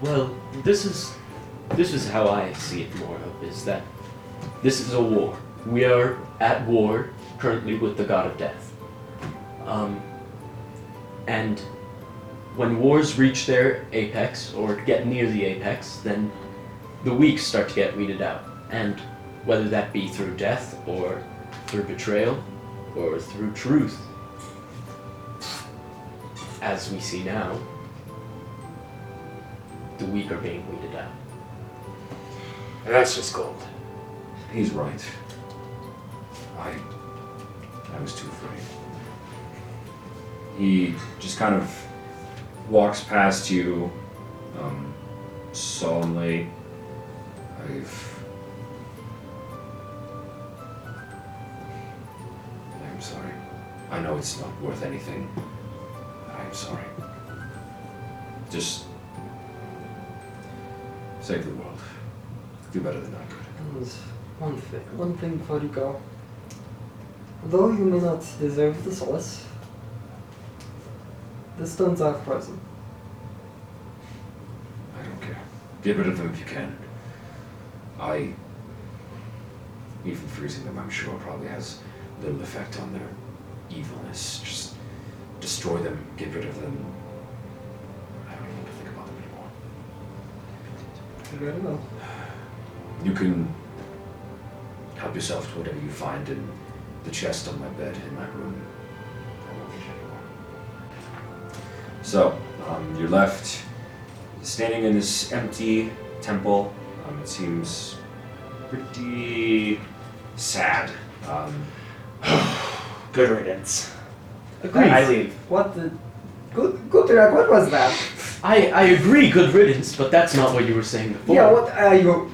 C: Well, this is this is how I see it more of is that this is a war. We are at war currently with the god of death. Um, and when wars reach their apex or get near the apex, then the weak start to get weeded out. And whether that be through death or through betrayal or through truth, as we see now, the weak are being weeded out.
E: And that's just gold.
A: He's right. I I was too afraid. He just kind of walks past you um, solemnly. I've I'm sorry. I know it's not worth anything. I'm sorry. Just save the world. Do better than I could.
D: And one thing, one thing before you go. Though you may not deserve the solace, the stones are frozen.
A: I don't care. Get rid of them if you can. I. Even freezing them, I'm sure, probably has little effect on their evilness. Just destroy them, get rid of them. I don't even want to think about them anymore.
D: Very well.
A: You can help yourself to whatever you find in the chest on my bed in my room. I won't need it anymore. So, um, you're left standing in this empty temple. Um, it seems pretty sad. Um,
E: Good riddance.
C: Agreed.
E: I leave.
D: What the? Good, good, Drag, what was that?
C: I, I agree, good riddance, but that's not what you were saying before.
D: Yeah, what are you?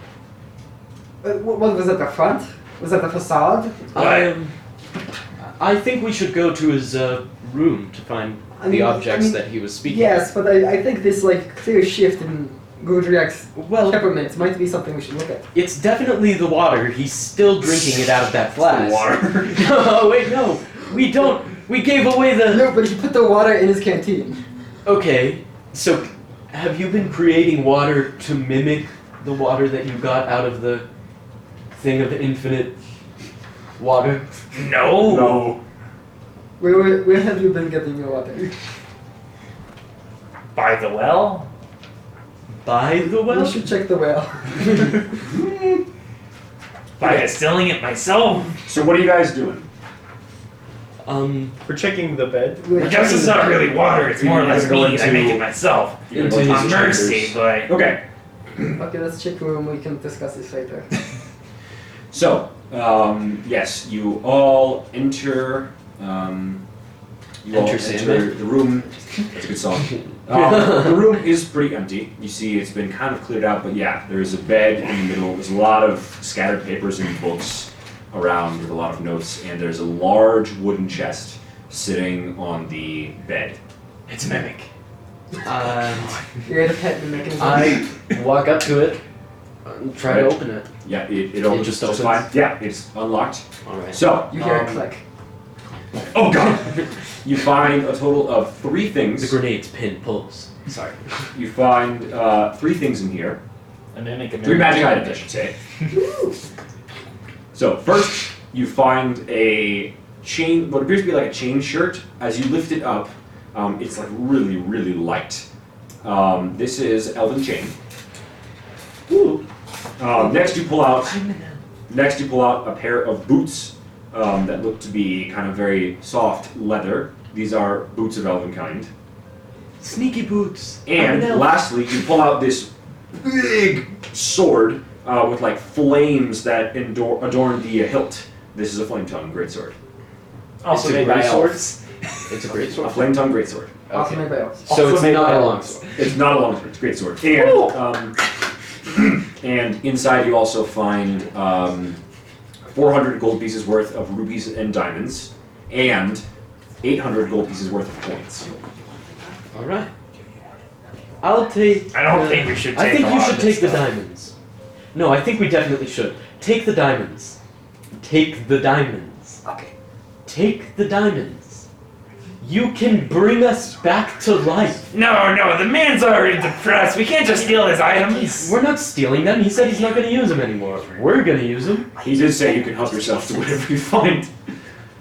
D: Uh, wh- what was at the front? Was that the facade?
C: I, um, I think we should go to his uh, room to find
D: I
C: the
D: mean-
C: objects
D: I mean,
C: that he was speaking.
D: Yes, but I, I think this like clear shift in Gudriak's
C: of. Well,
D: temperament might be something we should look at.
C: it's definitely the water. He's still drinking it out of that flask.
A: Water.
C: no, wait, no. We don't. We gave away the.
D: No, but he put the water in his canteen.
C: Okay, so have you been creating water to mimic the water that you got out of the thing of infinite water?
E: No.
A: No.
D: Where, where, where have you been getting your water?
E: By the well.
C: By the
D: we
C: well?
D: should check the well.
E: By distilling it myself.
A: So what are you guys doing?
C: Um,
L: We're checking the bed.
E: I guess it's not really water. It's more or less me. I make it myself.
A: You're
C: Into
A: going
C: his
A: to
E: On
A: the
E: mercy,
A: chambers.
E: but
A: Okay.
D: Okay, let's check the room. We can discuss this later.
A: So um, yes, you all enter. Um, you all
C: Enter
A: enter
C: Sandman.
A: the room. That's a good song. Um, the room is pretty empty. You see, it's been kind of cleared out, but yeah, there is a bed in the middle. There's a lot of scattered papers and books around with a lot of notes, and there's a large wooden chest sitting on the bed.
E: it's mimic.
C: uh,
D: You're the pet mechanism.
C: I walk up to it and try to
A: Right.
C: open it.
A: Yeah, it, it, opens
C: just
A: just
C: opens?
A: fine. Yeah, it's unlocked.
C: Alright.
A: So
D: you hear
A: um,
D: a click.
A: Oh god! you find a total of three
C: The
A: things.
C: grenade's pin pulls.
A: Sorry. You find uh, three things in here.
B: A mimic, a mimic.
A: Three magic items, I should say. so first, you find a chain, what appears to be like a chain shirt. As you lift it up, um, it's like really, really light. Um, this is Elven chain.
C: Ooh.
A: Um, next, you pull out. Next, you pull out a pair of boots um, that look to be kind of very soft leather. These are boots of elven kind.
C: Sneaky boots.
A: And
C: I'm an elf.
A: lastly, you pull out this big sword uh, with like flames that endor- adorn the uh, hilt. This is a flame tongue greatsword.
B: Also
A: It's a
B: made by
A: great
B: elves.
C: It's a great
A: A
C: sword.
A: flame tongue greatsword.
D: Also made by elves.
C: So
B: Also
C: it's
B: made
C: not
B: by
C: a long
B: elves.
C: sword.
A: It's not a long sword. It's a great sword. And um, and inside you also find um, 400 gold pieces worth of rubies and diamonds, and 800 gold pieces worth of coins.
C: All right. I'll take.
E: I don't
C: uh,
E: think we should take.
C: I think
E: a
C: you
E: lot
C: should
E: of
C: take
E: this
C: the
E: stuff.
C: diamonds. No, I think we definitely should take the diamonds. Take the diamonds.
D: Okay.
C: Take the diamonds. You can bring us back to life.
E: No, no, the man's already depressed. We can't just steal his items.
C: We're not stealing them. He said he's not going to use them anymore. We're going to use them.
A: He did say you can help yourself to whatever you find.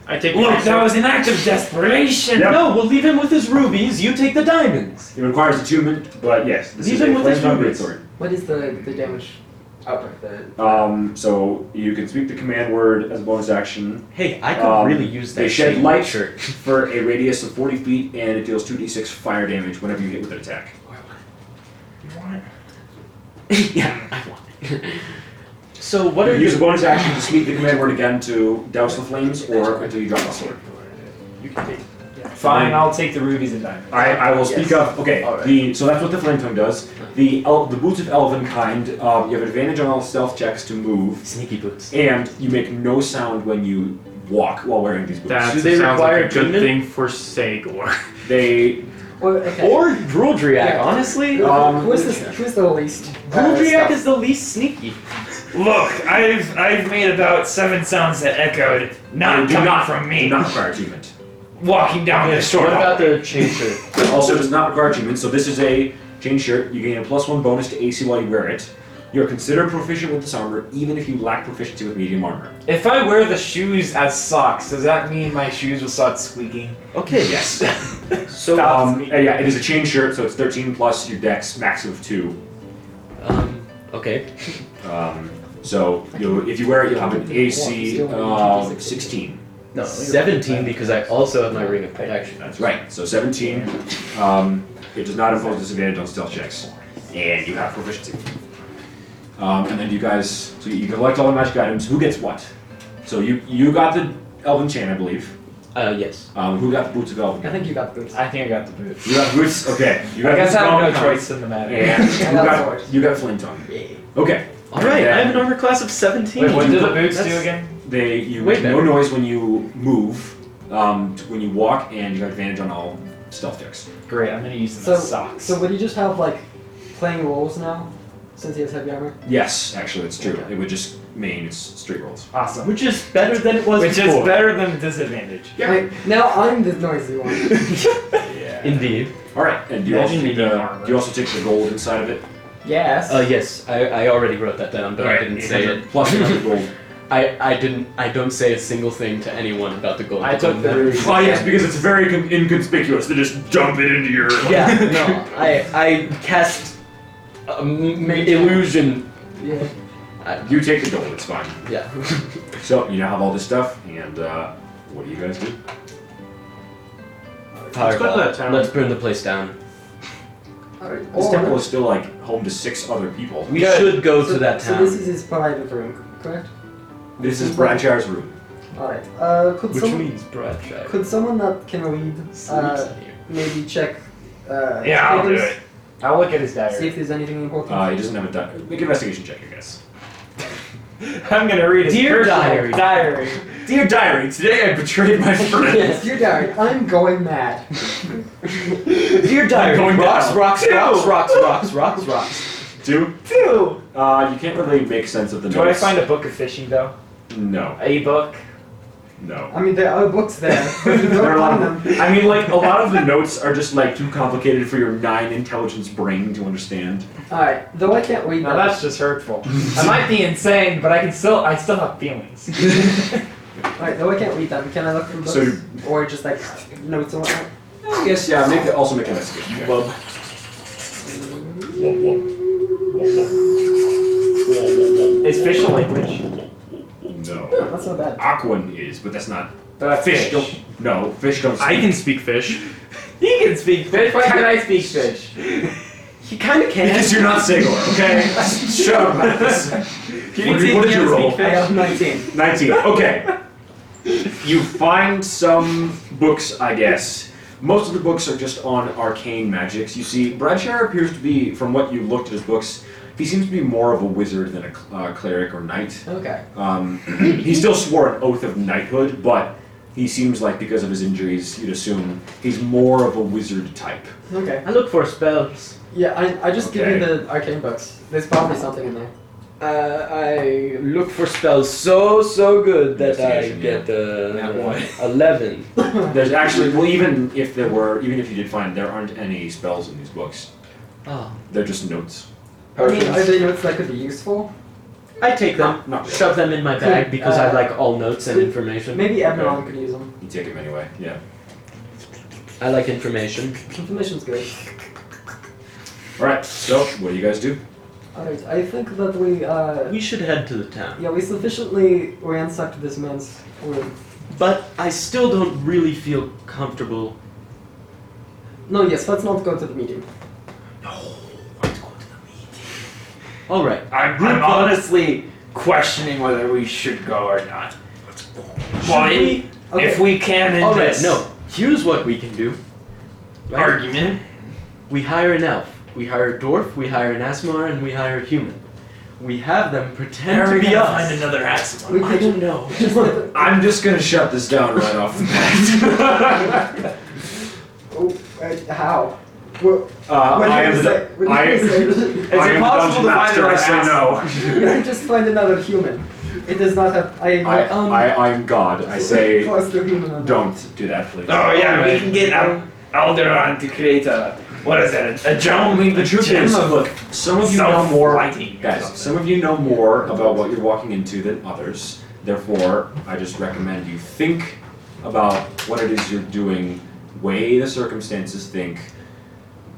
L: I take.
E: Look, that
L: that
E: was an act of desperation.
A: Yep.
C: No, we'll leave him with his rubies. You take the diamonds.
A: It requires attunement, but yes, this is
C: These are
A: a
C: with
A: flame
C: the
A: tongue
C: rubies.
A: greatsword.
D: What is the the damage outbreak? The
A: Um, so you can speak the command word as a bonus action
C: Hey, I could
A: Um,
C: really use that.
A: they shed
C: shade
A: light.
C: shirt.
A: for a radius of 40 feet, and it deals 2d6 fire damage whenever you hit with an attack.
C: yeah, I want it. so what are
A: you use
C: you?
A: a bonus action to speak the command word again to douse the flames, or until you drop the sword.
B: Fine, I'll take the rubies and diamonds.
A: I, I will speak
D: Yes.
A: up. Okay,
D: All right.
A: the so that's what the flame tongue does. The el- the boots of elven kind. Um, you have advantage on all stealth checks to move,
C: Sneaky boots.
A: and you make no sound when you walk while wearing these boots.
L: That
C: Do they
L: sounds
C: require
L: like a good
C: attunement?
L: thing for Sagor.
A: They
D: or okay.
C: Or Gruldriak,
D: Yeah.
C: honestly.
D: Who-
A: um,
D: who's the who's the least? uh,
C: Gruldriak
D: stuff?
C: is the least sneaky.
E: Look, I've I've made about seven sounds that echoed, not
A: do
E: coming
A: not
E: from
A: do
E: me.
A: not require achievement.
E: Walking down the shore.
C: what about the chain shirt?
A: It also does not require achievement, so this is a chain shirt. You gain a plus one bonus to AC while you wear it. You're considered proficient with this armor, even if you lack proficiency with medium armor.
B: If I wear the shoes as socks, does that mean my shoes will start squeaking?
C: Okay.
A: Yes.
C: So
A: um, uh, yeah, it is a chain shirt, so it's 13 plus your dex max of two.
C: um, okay.
A: Um, so you, if you wear it, you'll have an um, AC of 16.
C: No, seventeen because I also have my ring of protection.
A: That's right. So 17. Um, it does not impose disadvantage on stealth checks, and you have proficiency. Um, and then you guys, so you collect all the magic items. Who gets what? So you you got the Elvin Chan, I believe.
C: Uh, yes.
A: Um, who got the boots of Elvin?
D: I think you got boots.
B: I think I got the boot.
A: You got boots. Okay. You got
B: I guess
A: boots
B: I
A: of
B: have
A: Elvin
B: no
A: Chan.
B: choice in the matter.
A: Yeah. you
D: got
A: got
D: swords.
A: you got flint on. Okay.
C: All right, I
A: Yeah.
C: have an armor class of 17.
B: Wait, what do the boots do
C: That's-
B: again?
A: They you
C: Way
A: make no
C: better.
A: noise when you move, um, t- when you walk, and you got advantage on all stealth checks.
B: Great, I'm gonna use them
D: So,
B: as socks.
D: so would you just have like playing roles now, since he has heavy armor?
A: Yes, actually, that's true.
D: Okay.
A: It would just mean it's straight rolls.
B: awesome.
C: Which is better than it was
B: Which is
C: before.
B: better than disadvantage.
D: Wait, now I'm the noisy one.
C: Indeed.
A: All right, and do you also
L: Imagine
A: take
L: you need
A: the,
L: armor.
A: do you also take the gold inside of it?
B: Yes.
C: Uh, yes, I, I already wrote that down, but
L: Right,
C: I didn't say it.
A: Plus another gold.
C: I, I didn't. I don't say a single thing to anyone about the gold.
B: I took the
A: Oh yes, because it's very con- inconspicuous. They just dump it into your.
C: Yeah, no. I I cast um, illusion.
D: Yeah.
A: You take the gold. It's fine.
C: Yeah.
A: So you now have all this stuff, and uh, what do you guys do?
L: Let's go to that
C: Fireball.
L: town.
C: Let's burn the place down.
D: Alright.
A: This
D: or-
A: temple is still like home to six other people.
C: We
B: Good.
C: should go
D: so,
C: to that
D: So
C: town.
D: this is his private room, correct?
A: This is Bradshaw's room.
D: Alright. Uh, could
C: which
D: someone
C: means Bradshaw
D: could someone that can read
C: sleeps
D: uh,
C: in here.
D: maybe check? Uh,
E: Yeah, I'll do
D: papers,
E: it.
B: I'll look at his
D: See
B: diary.
D: if there's anything important.
A: Uh, he doesn't have a di- make an investigation check, I guess.
B: I'm gonna read his
C: Dear
B: personal
C: diary.
B: diary.
A: Dear diary, today I betrayed my friend.
D: yes, you're diary. I'm going mad.
C: Dear diary,
A: going
C: rocks,
A: down.
C: rocks,
A: Ew.
C: rocks, rocks, rocks, rocks, rocks.
A: Two.
B: Two.
A: Uh, you can't really make sense of the
B: Do I
A: notes.
B: find a book of fishing though?
A: No,
B: A book.
A: no.
D: I mean, there are books there. but you
A: There are
D: don't
A: a lot
D: find
A: of
D: them.
A: them. I mean, like a lot of the notes are just like too complicated for your nine intelligence brain to understand.
D: Alright, though I can't read
B: Now
D: them.
B: that's just hurtful. I might be insane, but I can still I still have feelings.
D: Alright, though I can't read them. Can I look through books?
A: So-
D: or just like notes or whatnot?
A: I guess yeah. Make also make an investigation check.
B: Well, it's fish a language.
A: No.
D: That's not bad.
A: Aquan is, but that's not
B: But I
A: fish. Don't no fish don't.
L: I
A: speak.
L: can speak fish.
B: He can speak fish. Why can't I speak fish?
C: He kind of can.
A: because you're not single. Okay, shut up about this. What did- what did you roll?
D: I have 19.
A: 19. Okay. you find some books, I guess. Most of the books are just on arcane magics. You see, Bradshaw appears to be, from what you looked at his books, he seems to be more of a wizard than a cl- uh, cleric or knight.
D: Okay.
A: Um, he still swore an oath of knighthood, but he seems like, because of his injuries, you'd assume he's more of a wizard type.
D: Okay.
C: I look for spells.
D: Yeah, I, I just give you
A: Okay.
D: the arcane books. There's probably something in there.
C: Uh, I look for spells so so good that I
A: Investigation, yeah.
C: get uh,
B: That one.
C: eleven.
A: There's actually, well, even if there were, even if you did find, there aren't any spells in these books.
C: Oh.
A: They're just notes.
D: I mean, are there notes that could be useful?
C: I take them,
A: Not really.
C: shove them in my bag because I like all notes and information.
D: Maybe everyone could use them.
A: You take them anyway. Yeah.
C: I like information.
D: Information's good.
A: All right. So, what do you guys do?
D: Alright, I think that we, uh,
C: We should head to the town,
D: yeah, we sufficiently ransacked this man's room.
C: but I still don't really feel comfortable.
D: No, yes, let's not go to the meeting.
C: All right,
E: I'm, I'm honestly questioning whether we should go or not. Well,
C: Should
E: in-
D: Okay.
E: if we can in
C: all right.
E: this
C: No, here's what we can do. Right?
E: argument,
C: We hire an elf, we hire a dwarf, we hire an asmar, and we hire a human. We have them pretend
E: where are
C: to
E: we
C: be
E: gonna
C: us.
E: find another ass?
D: We
C: I don't
D: could
C: know.
D: just
A: I'm just gonna shut this down right off the bat.
D: Oh, uh, how? Well,
A: uh, I am. The, I am. I am the dungeon master. I say no.
D: You just find another human. It does not have. I am
A: I,
D: not um,
A: I, I am God. I say,
D: close to human. or not.
A: don't do that, please.
E: Oh yeah, we can get um, Alderon to create a what is that? A, a
A: I
E: dome.
A: mean, the truth
E: Gem
A: is,
E: of
A: look, some of you know
E: self
A: more.
E: lighting or
A: Guys,
E: something.
A: some of you know more about what you're walking into than others. Therefore, I just recommend you think about what it is you're doing, weigh the circumstances, think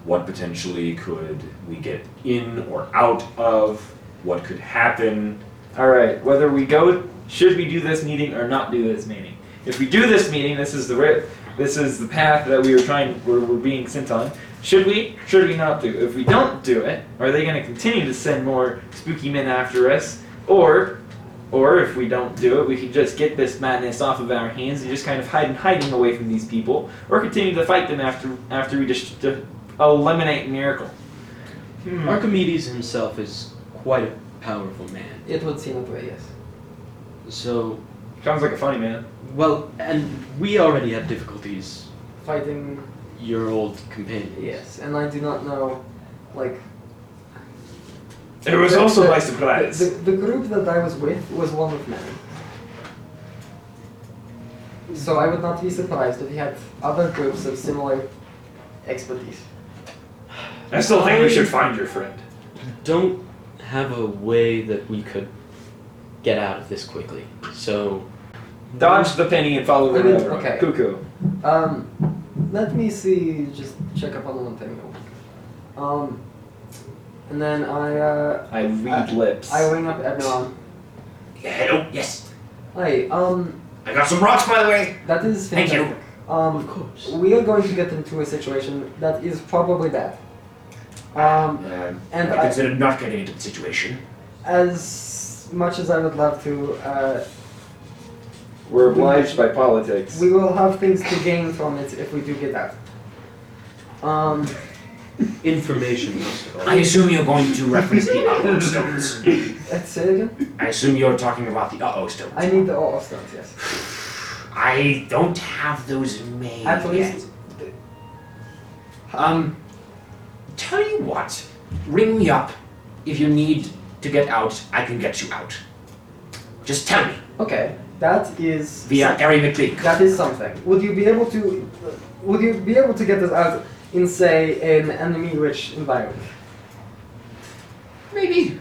A: what potentially could we get in or out of, what could happen.
B: All right. Whether we go, should we do this meeting or not do this meeting? If we do this meeting, this is the ri- this is the path that we were trying. We're, we're being sent on. Should we? Should we not do? If we don't do it, are they going to continue to send more spooky men after us, or Or if we don't do it, we could just get this madness off of our hands and just kind of hide in hiding away from these people, or continue to fight them after after we just uh, eliminate Miracle. Hmm.
C: Archimedes himself is quite a powerful man.
D: It would seem that way, yes.
C: So,
B: Sounds like a funny man.
C: well, and we already have difficulties.
D: Fighting,
C: Your old companions.
D: yes, and I do not know, like.
B: It was
D: the-
B: also
D: the-
B: by surprise.
D: The, the, the group that I was with was one of many. So I would not be surprised if he had other groups of similar expertise.
E: I still think we should find your friend.
C: Don't have a way that we could get out of this quickly. So,
B: Dodge the penny and follow the
D: I mean,
B: railroad.
D: okay.
B: Cuckoo.
D: Um, let me see, just check up on one thing. real quick. Um, and then I, uh,
B: I read
D: Uh,
B: lips.
D: I ring up Edmilon.
K: Yeah, hello, yes.
D: Hey, um,
K: I got some rocks, by the way.
D: that is
K: Thank you.
D: fantastic. Um,
C: of course.
D: we are going to get into a situation that is probably bad. Um,
K: Uh,
D: and
K: I
D: I,
K: considered not getting into the situation.
D: as much as I would love to, uh,
B: We're obliged by politics.
D: we will have things to gain from it if we do get out. Um,
C: Information most of all.
K: I assume you're going to reference the uh-oh stones.
D: let's say it again.
K: I assume you're talking about the uh-oh stones.
D: I need the all stones, yes.
K: I don't have those made
D: At
K: yet.
D: least,
K: Um, tell you what, ring me up if you need to get out. I can get you out. Just tell me
D: okay, that is
K: via Gary McLean.
D: that is something. Would you be able to, would you be able to get us out in say an enemy-rich environment?
K: Maybe,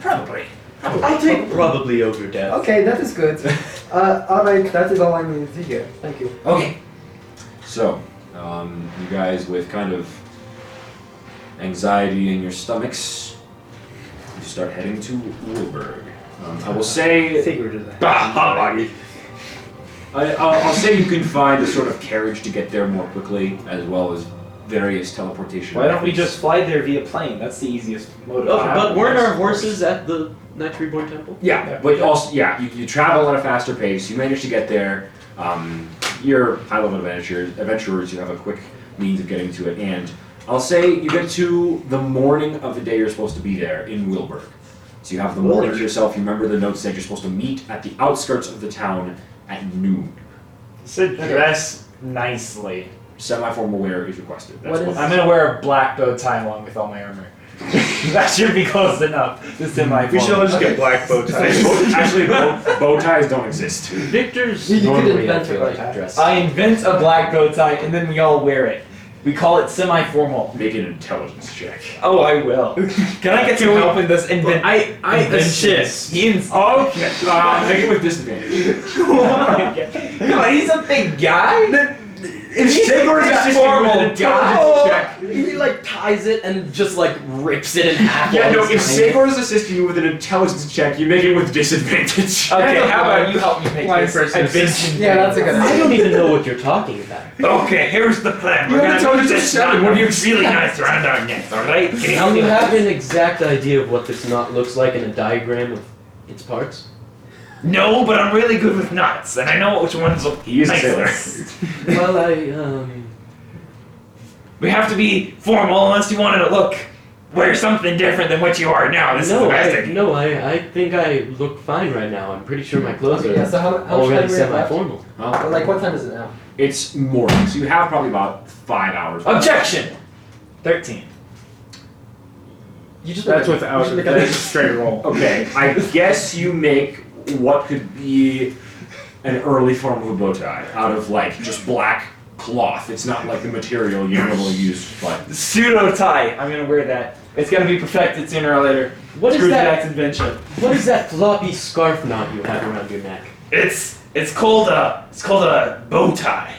K: probably.
C: I'll take probably over death.
D: Okay, that is good. Uh, alright, that is all I needed to hear. Thank you.
K: Okay.
A: So, um, you guys with kind of anxiety in your stomachs, you start heading to Wilburg. Um, I will say
B: Figuratively.
L: Bah, humbug.
A: I, I'll, I'll say you can find a sort of carriage to get there more quickly, as well as various teleportation.
B: Why don't we
A: methods.
B: just fly there via plane? That's the easiest mode. of
C: Oh, but
B: travel.
C: weren't our horses at the Night Reborn Temple?
A: Yeah, but also yeah, you, you travel at a faster pace. You manage to get there. Um, you're high level adventurers. Adventurers, you have a quick means of getting to it. And I'll say you get to the morning of the day you're supposed to be there in Wilburg. So you have the morning to yourself. You remember the notes that you're supposed to meet at the outskirts of the town at noon.
B: So dress nicely.
A: Semi-formal wear is requested. That's
D: What
A: what,
D: is-
B: I'm gonna wear a black bow tie along with all my armor. that should be close enough. This in my
L: We should all just get black bow ties.
A: Bo- actually, bow, bow ties don't exist.
C: Victor's
D: You- you could
C: normally I
D: invent
C: feel
D: a
C: like
D: backpack.
C: dressed.
B: I invent a black bow tie and then we all wear it. We call it semi-formal.
A: Make an intelligence check.
B: Oh, I will. Can I get some help in this invent?
L: I, I
B: inventions? Ian's-
A: Okay. Uh, make it with disadvantage.
B: no, he's a big guy.
A: It's
B: Tigger is a formal guy.
C: He like ties it and just like rips it in half.
A: Yeah,
C: while
A: no,
C: he's
A: if
C: tying it.
A: Sagor is assisting you with an intelligence check, oh, you make it with disadvantage.
B: Okay, how about you help me make
L: Blind
B: this
L: person.
B: invention?
D: Yeah, that's a good
C: I
D: idea.
C: don't even know what you're talking about.
E: Okay, here's the plan.
A: You
E: We're
A: haven't
E: gonna
A: told
E: do
A: us
E: this
A: to shut it. What do you
E: really nice around our necks, alright? Can you help
C: Now
E: me
C: you
E: with
C: have an exact idea of what this knot looks like in a diagram of its parts.
E: No, but I'm really good with knots, and I know which ones look
A: He is a
E: nicer.
A: sailor.
C: Well, I um.
E: We have to be formal unless you wanted to look wear something different than what you are now. This is
C: no,
E: the best
C: I,
E: idea.
C: no, I, I think I look fine right now. I'm pretty sure my clothes
D: Okay, yeah,
C: are
D: so how, how much time
C: already
D: do we have left?
C: semi-formal.
A: Well,
D: Like, what time is it now?
A: it's morning, so you have probably about five hours.
B: Objection. Thirteen.
D: You just
L: That's
D: make a- you
L: without.
D: should make a-
L: That's a straight roll.
A: Okay, I guess you make what could be an early form of a bow tie out of like just black cloth. It's not like the material you normally use, but
B: Pseudo tie. I'm gonna wear that. It's gonna be perfected sooner or later.
C: What is
B: Screw
C: that?
B: Jack's invention.
C: What is that floppy scarf knot you have around your neck?
E: It's it's called a it's called a bow tie.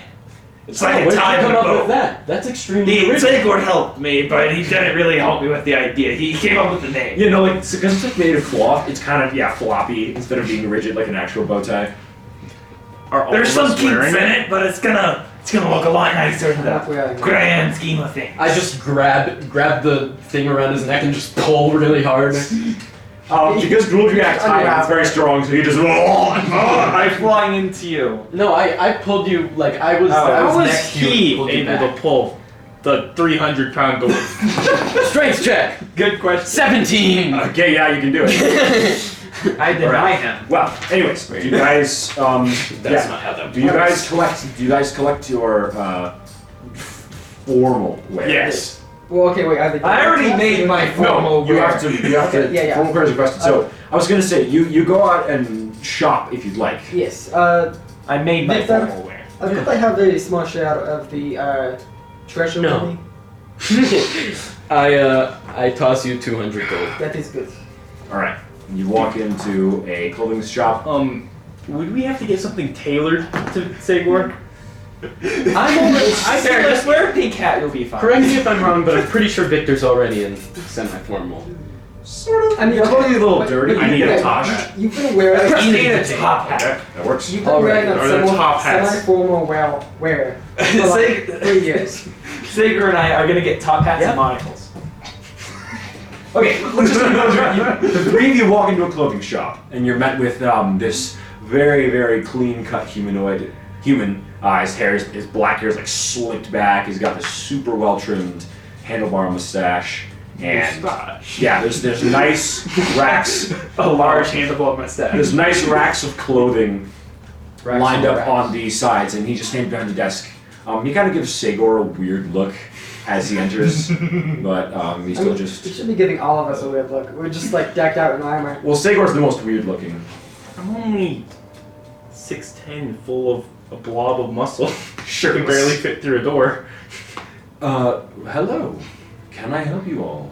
E: It's like
C: Where
E: a
C: did Oh, you
E: tie
C: come
E: with a
C: up
E: bow.
C: with that? That's extremely
E: The
C: original.
E: Zagor helped me, but he didn't really help me with the idea. He came up with the name.
A: you know, it's because it's like made of cloth. It's kind of yeah floppy instead of being rigid like an actual bow tie.
L: Are all
E: There's
L: of
E: some
L: us
E: kinks
L: wearing
E: in it, but it's gonna it's gonna look a lot nicer in
D: Halfway
E: the
D: out again.
E: grand scheme of things.
C: I just grab grab the thing around his neck and just pull really hard.
A: Um, because Gruul reacts high, it's very strong, so he just.
D: Oh,
B: I'm flying into you.
F: No, I, I pulled you like I was. I was
L: How Oh, was
F: next to you
L: he
F: and pulled you
L: able
F: back.
L: to pull the 300 pound gorilla?
F: Strength check.
B: Good question.
F: Seventeen.
A: Okay, yeah, you can do it.
B: I deny him.
A: Well, anyways, do you guys. Um,
F: That's
A: yeah.
F: not how that.
A: Do you guys collect? Do you guys collect your uh, formal wear?
L: yes.
D: Well, okay, wait. I, think
B: I already made my
A: No,
B: formal
A: you
B: wear.
A: have to. You have to.
D: Okay, yeah, yeah.
A: Formal wear is requested. So I was gonna say you you go out and shop if you'd like.
D: Yes. Uh,
B: I made my
D: Make that-
B: formal wear.
D: I think I have a small share of the uh, treasure
C: No.
D: money.
F: I uh I toss you two hundred gold.
D: That is good.
A: All right. You walk into a clothing shop.
L: Um, would we have to get something tailored to Segor?
F: I'm already. I
B: Sarah,
F: feel
B: just
F: like,
B: wear a pink hat, you'll be fine.
F: correct me if I'm wrong, but I'm pretty sure Victor's already in semi-formal.
A: Sort of.
D: I mean,
A: You're probably a little
D: but-
A: dirty.
D: but
A: I need
D: you-
A: a Taj hat.
D: You can wear it.
B: You need a top hat.
A: That works.
D: You've been wearing
L: Alright,
D: that
L: or the
D: semi-
L: top hats.
D: semi-formal well wear for like
B: Sig-
D: three years.
B: Sager and I are gonna get top hats and monocles.
A: Okay, let's just you, the three of you walk into a clothing shop, and you're met with um, this very, very clean-cut humanoid human. Uh, his hair, is, his black hair is like slicked back. He's got this super well-trimmed handlebar mustache, and yeah, there's there's nice racks,
L: A large handlebar mustache.
A: there's nice racks of clothing
D: Racks
A: lined
D: and
A: up
D: racks.
A: on the sides, and he just stands behind the desk. Um, he kind of gives Segor a weird look as he enters, but um, he's
D: I
A: still
D: mean,
A: just.
D: it should be giving all of us a weird look. We're just like decked out in armor.
A: Well, Segor's the most weird looking.
L: I'm only 6'10, full of a blob of muscle.
A: Sure.
L: can barely fit through a door.
A: Uh, hello. Can I help you all?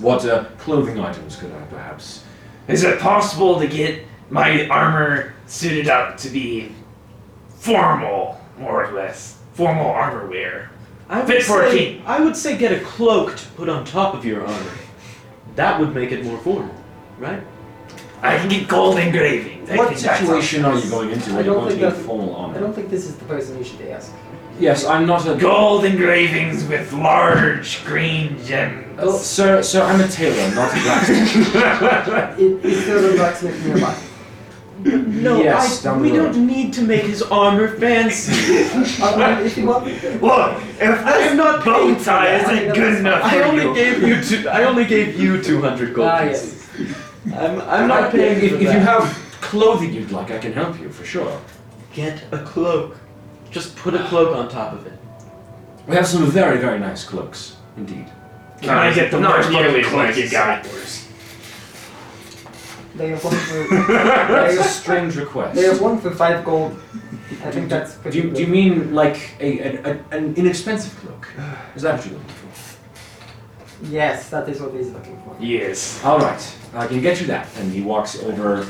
A: What uh, clothing items could I perhaps?
E: Is it possible to get my armor suited up to be formal, more or less? Formal armor wear.
C: I
E: Fit
C: would
E: for a
C: say,
E: king.
C: I would say get a cloak to put on top of your armor. That would make it more formal, right?
E: I can get gold engravings. I
A: what
E: think that's
A: situation
E: all.
A: are you going into?
D: I
A: Are you
D: don't
A: going to
D: think
A: need
D: that's-
A: formal
D: I
A: armor?
D: don't think this is the person you should ask.
A: Yes, I'm not a.
E: Gold engravings with large green gems.
A: Uh, sir, sir, I'm a tailor, not a blacksmith.
D: It, it's sort of blacksmith nearby.
C: No,
A: Yes,
C: I,
A: down the
C: we
A: road.
C: don't need to make his armor fancy.
D: Uh, if you want, me to-
E: Look, if
C: I'm not
E: bow
C: paying.
E: tie isn't good enough
C: I
E: for
C: only
E: you,
C: gave you two. I only gave you two hundred gold
D: Ah, yes.
C: pieces. I'm, I'm not paying
A: If,
C: you
A: if
C: for
A: you
C: that.
A: have clothing you'd like, I can help you for sure.
C: Get a cloak. Just put a cloak on top of it.
A: We have some very, very nice cloaks, indeed.
E: can I get the
L: Not
E: most
L: nearly
E: looking
L: as
E: cloak
L: nice
E: you
L: as
E: got?
D: they have one for
A: That's a strange request.
D: they have one for five gold. I think that's
A: Do
D: pretty
A: you, do you
D: good.
A: mean like a, an, an- an inexpensive cloak? Is that what you're looking for?
D: Yes, that is what he's looking for.
E: Yes.
A: All right, I can get you that. And he walks over,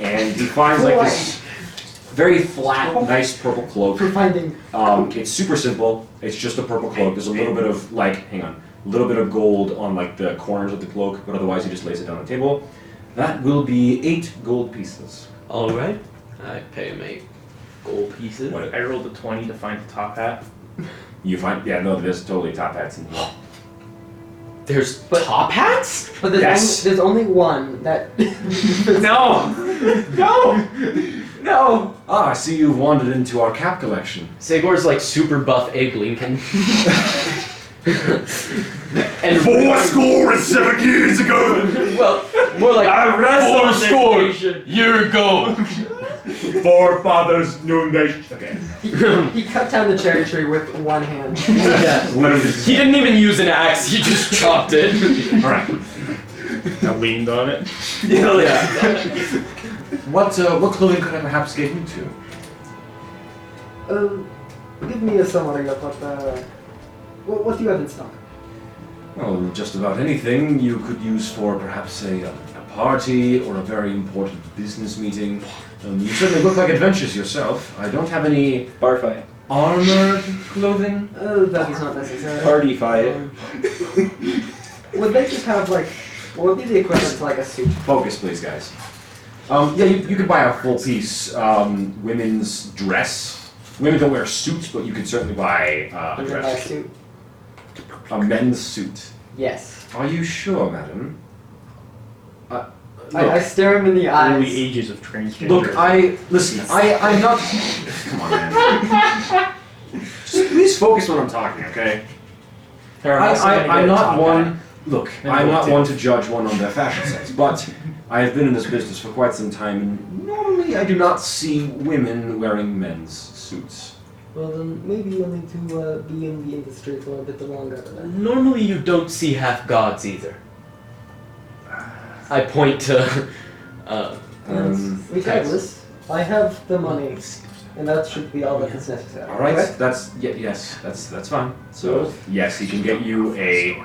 A: and he finds like this very flat, nice purple cloak.
D: For finding
A: Um, it's super simple. It's just a purple cloak. There's a little bit of like, hang on, a little bit of gold on like the corners of the cloak, but otherwise he just lays it down on the table. That will be eight gold pieces.
C: All right. I pay him eight gold pieces.
A: What-
L: I rolled a 20 to find the top hat.
A: You find? Yeah, no, there's totally top hats in here.
C: There's top hats.
D: But there's,
A: Yes.
D: only, there's only one that.
B: No! No! No!
A: Ah, I see you've wandered into our cap collection.
F: Segor's like super buff Abe Lincoln. and
A: score and seven years ago,
F: well, more like
E: I wrestled this nation.
F: year ago.
A: forefathers knew nation. Okay.
D: He, he cut down the cherry tree with one hand.
F: yeah.
A: Literally.
F: He didn't even use an axe. He just chopped it.
A: All right.
L: I leaned on it.
F: yeah.
A: What uh, what clothing could I perhaps get you to?
D: Um, give me a summary of what the. What, what do you have in stock?
A: Well, just about anything you could use for perhaps a, a party or a very important business meeting. Um, you certainly look like adventures yourself. I don't have any
B: Bar fight.
A: armored clothing.
D: Uh, that is not necessary.
B: Party fight.
D: Would they just have like. What would be the equivalent to like a suit?
A: Focus, please, guys. Um, yeah, you, you could buy a full piece um, women's dress. Women don't wear suits, but you could certainly buy uh, a
D: Would they buy a
A: dress.
D: suit?
A: A men's suit.
D: Yes.
A: Are you sure, madam?
D: I, I stare him in
L: Early
D: the eyes.
L: ages of transgender.
A: Look, Uh, I listen. I I'm not. Come on, man. Just please focus when I'm talking, okay?
B: They're
A: I,
B: also gonna
A: I,
B: get
A: I'm
B: a
A: not
B: top hat.
A: one. Look,
B: Maybe
A: I'm
B: we'll
A: not
B: do.
A: one to judge one on their fashion sense, but I have been in this business for quite some time, and normally I do not see women wearing men's suits.
D: Well, then maybe you need to uh, be in the industry for a bit longer.
A: Um,
D: Then.
C: Normally, you don't see half gods either. I point to. Uh,
A: Um,
D: Regardless, I have the money, and that should be all that is necessary.
A: all right,
D: Okay?
A: that's yeah, yes, that's that's fine. So yes, he can get you a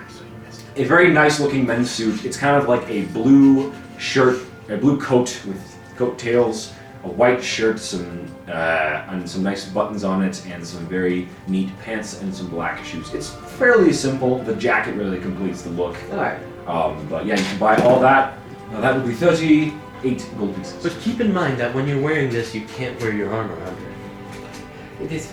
A: a very nice looking men's suit. It's kind of like a blue shirt, a blue coat with coattails, a white shirt, some uh, and some nice buttons on it, and some very neat pants and some black shoes. It's fairly simple. The jacket really completes the look.
D: All right.
A: Um, but yeah, you can buy all that. Now that would be thirty-eight gold pieces.
C: but keep in mind that when you're wearing this, you can't wear your armor under it.
D: It is.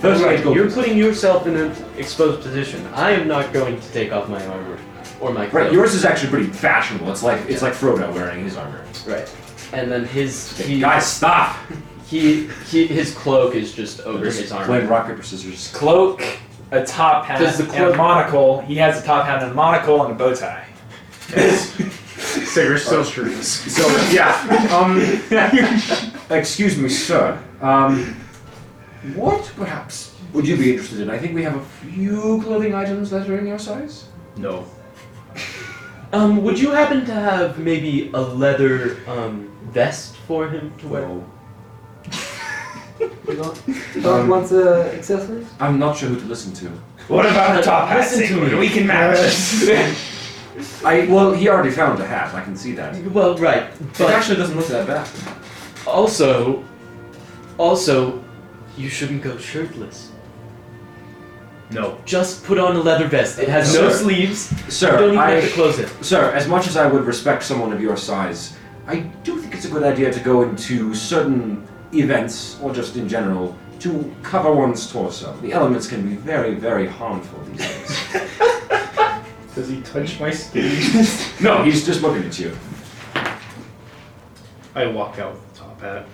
A: Thirty-eight gold.
C: You're
A: pieces.
C: putting yourself in an exposed position. I am not going to take off my armor or my
A: Right,
C: clothes.
A: yours is actually pretty fashionable. It's like it's like Frodo wearing his armor.
C: Right. And then his he,
A: Guys, stop!
C: he he his cloak is just over
A: Just
C: his armor.
A: playing rock paper scissors.
B: Cloak, a top hat,
C: Does the
B: and
C: cloak-
B: a monocle. He has a top hat and a monocle and a bow tie.
L: so you're still true.
A: So yeah, um, excuse me, sir. Um, what perhaps would you be interested in? I think we have a few clothing items that are in your size.
L: No.
C: Um, would you happen to have maybe a leather um vest for him to wear?
A: Well,
D: You don't, you don't
A: Um,
D: want uh, accessories?
A: I'm not sure who to listen to.
E: What about a top hat?
C: Listen to
E: Sigmund?
C: me.
E: We can match.
A: I well, he already found a hat. I can see that.
C: Well, right.
A: it
C: But
A: actually doesn't look that bad.
C: also, also, you shouldn't go shirtless.
L: No.
C: Just put on a leather vest. It has
A: Sure.
C: no sleeves.
A: Sir,
C: you don't even
A: I,
C: have to close it.
A: Sir, as much as I would respect someone of your size, I do think it's a good idea to go into certain events, or just in general, to cover one's torso. The elements can be very, very harmful these days.
L: Does he touch my skin?
A: no, Oh, he's just looking at you.
L: I walk out with the top hat.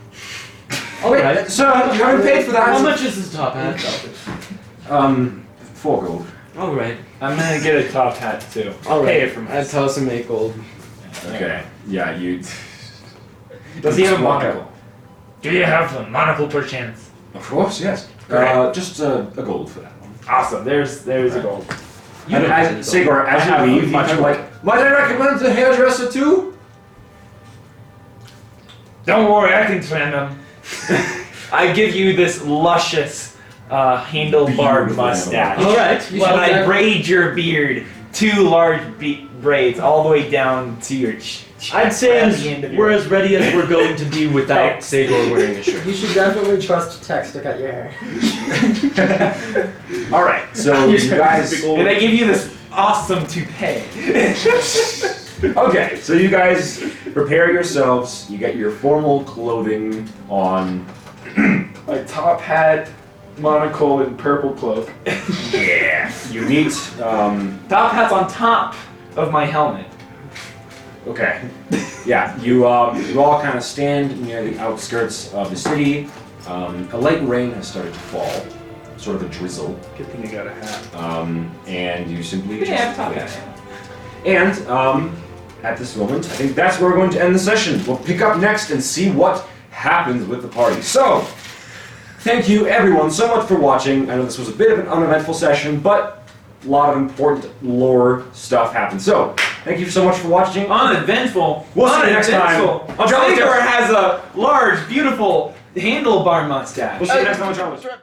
A: Oh, wait,
C: Right.
A: sir, you haven't paid for that.
C: How much is this top hat?
A: Um, four gold.
C: All right.
B: I'm gonna get a top hat too. I'll
C: All right.
B: pay it for
F: I
B: myself.
F: tell us to make gold.
A: Okay, yeah, you.
B: Does he have a
A: Walk
B: monocle?
A: out.
E: Do you have a monocle perchance?
A: Of course, yes. Uh,
E: Okay.
A: just uh, a gold for that. one.
B: Awesome. There's there's a goal.
C: You
A: and
C: don't need
A: as,
C: to go.
A: Sigor, as
B: I have
A: you leave,
B: much
A: much like, might I recommend the hairdresser too?
E: Don't worry, I can trim them.
B: I give you this luscious uh, handlebar
A: Beautiful
B: mustache.
C: All right. You
B: When
C: should
B: I
C: have-
B: braid your beard, two large be- braids all the way down to your ch- chest.
C: I'd say
B: around
C: as-
B: the end of your-
C: we're as ready as we're going to be without
B: Thanks.
C: Sagor wearing a shirt.
D: You should definitely trust text to cut your hair.
B: all right.
A: So you guys,
L: big old-
B: And I give you this awesome toupee.
A: okay. So you guys prepare yourselves. You get your formal clothing on.
L: My top hat, monocle, and purple cloak.
A: Yeah. You meet. Um,
B: Top hat's on top of my helmet.
A: okay. Yeah. You um, you all kind of stand near the outskirts of the city. Um, a light rain has started to fall, sort of a drizzle,
L: Good thing I got a hat.
A: um, and you simply
B: You can have
A: just
B: top
A: wait.
B: hat.
A: And um, at this moment, I think that's where we're going to end the session. We'll pick up next and see what happens with the party. So, thank you everyone so much for watching. I know this was a bit of an uneventful session, but a lot of important lore stuff happened. So, thank you so much for watching.
B: Uneventful.
A: We'll see you next time.
B: Uneventful.
A: On Jolly
B: Sigmar
A: Joe.
B: has a large, beautiful handlebar mustache.
A: We'll see you next time on Charlie.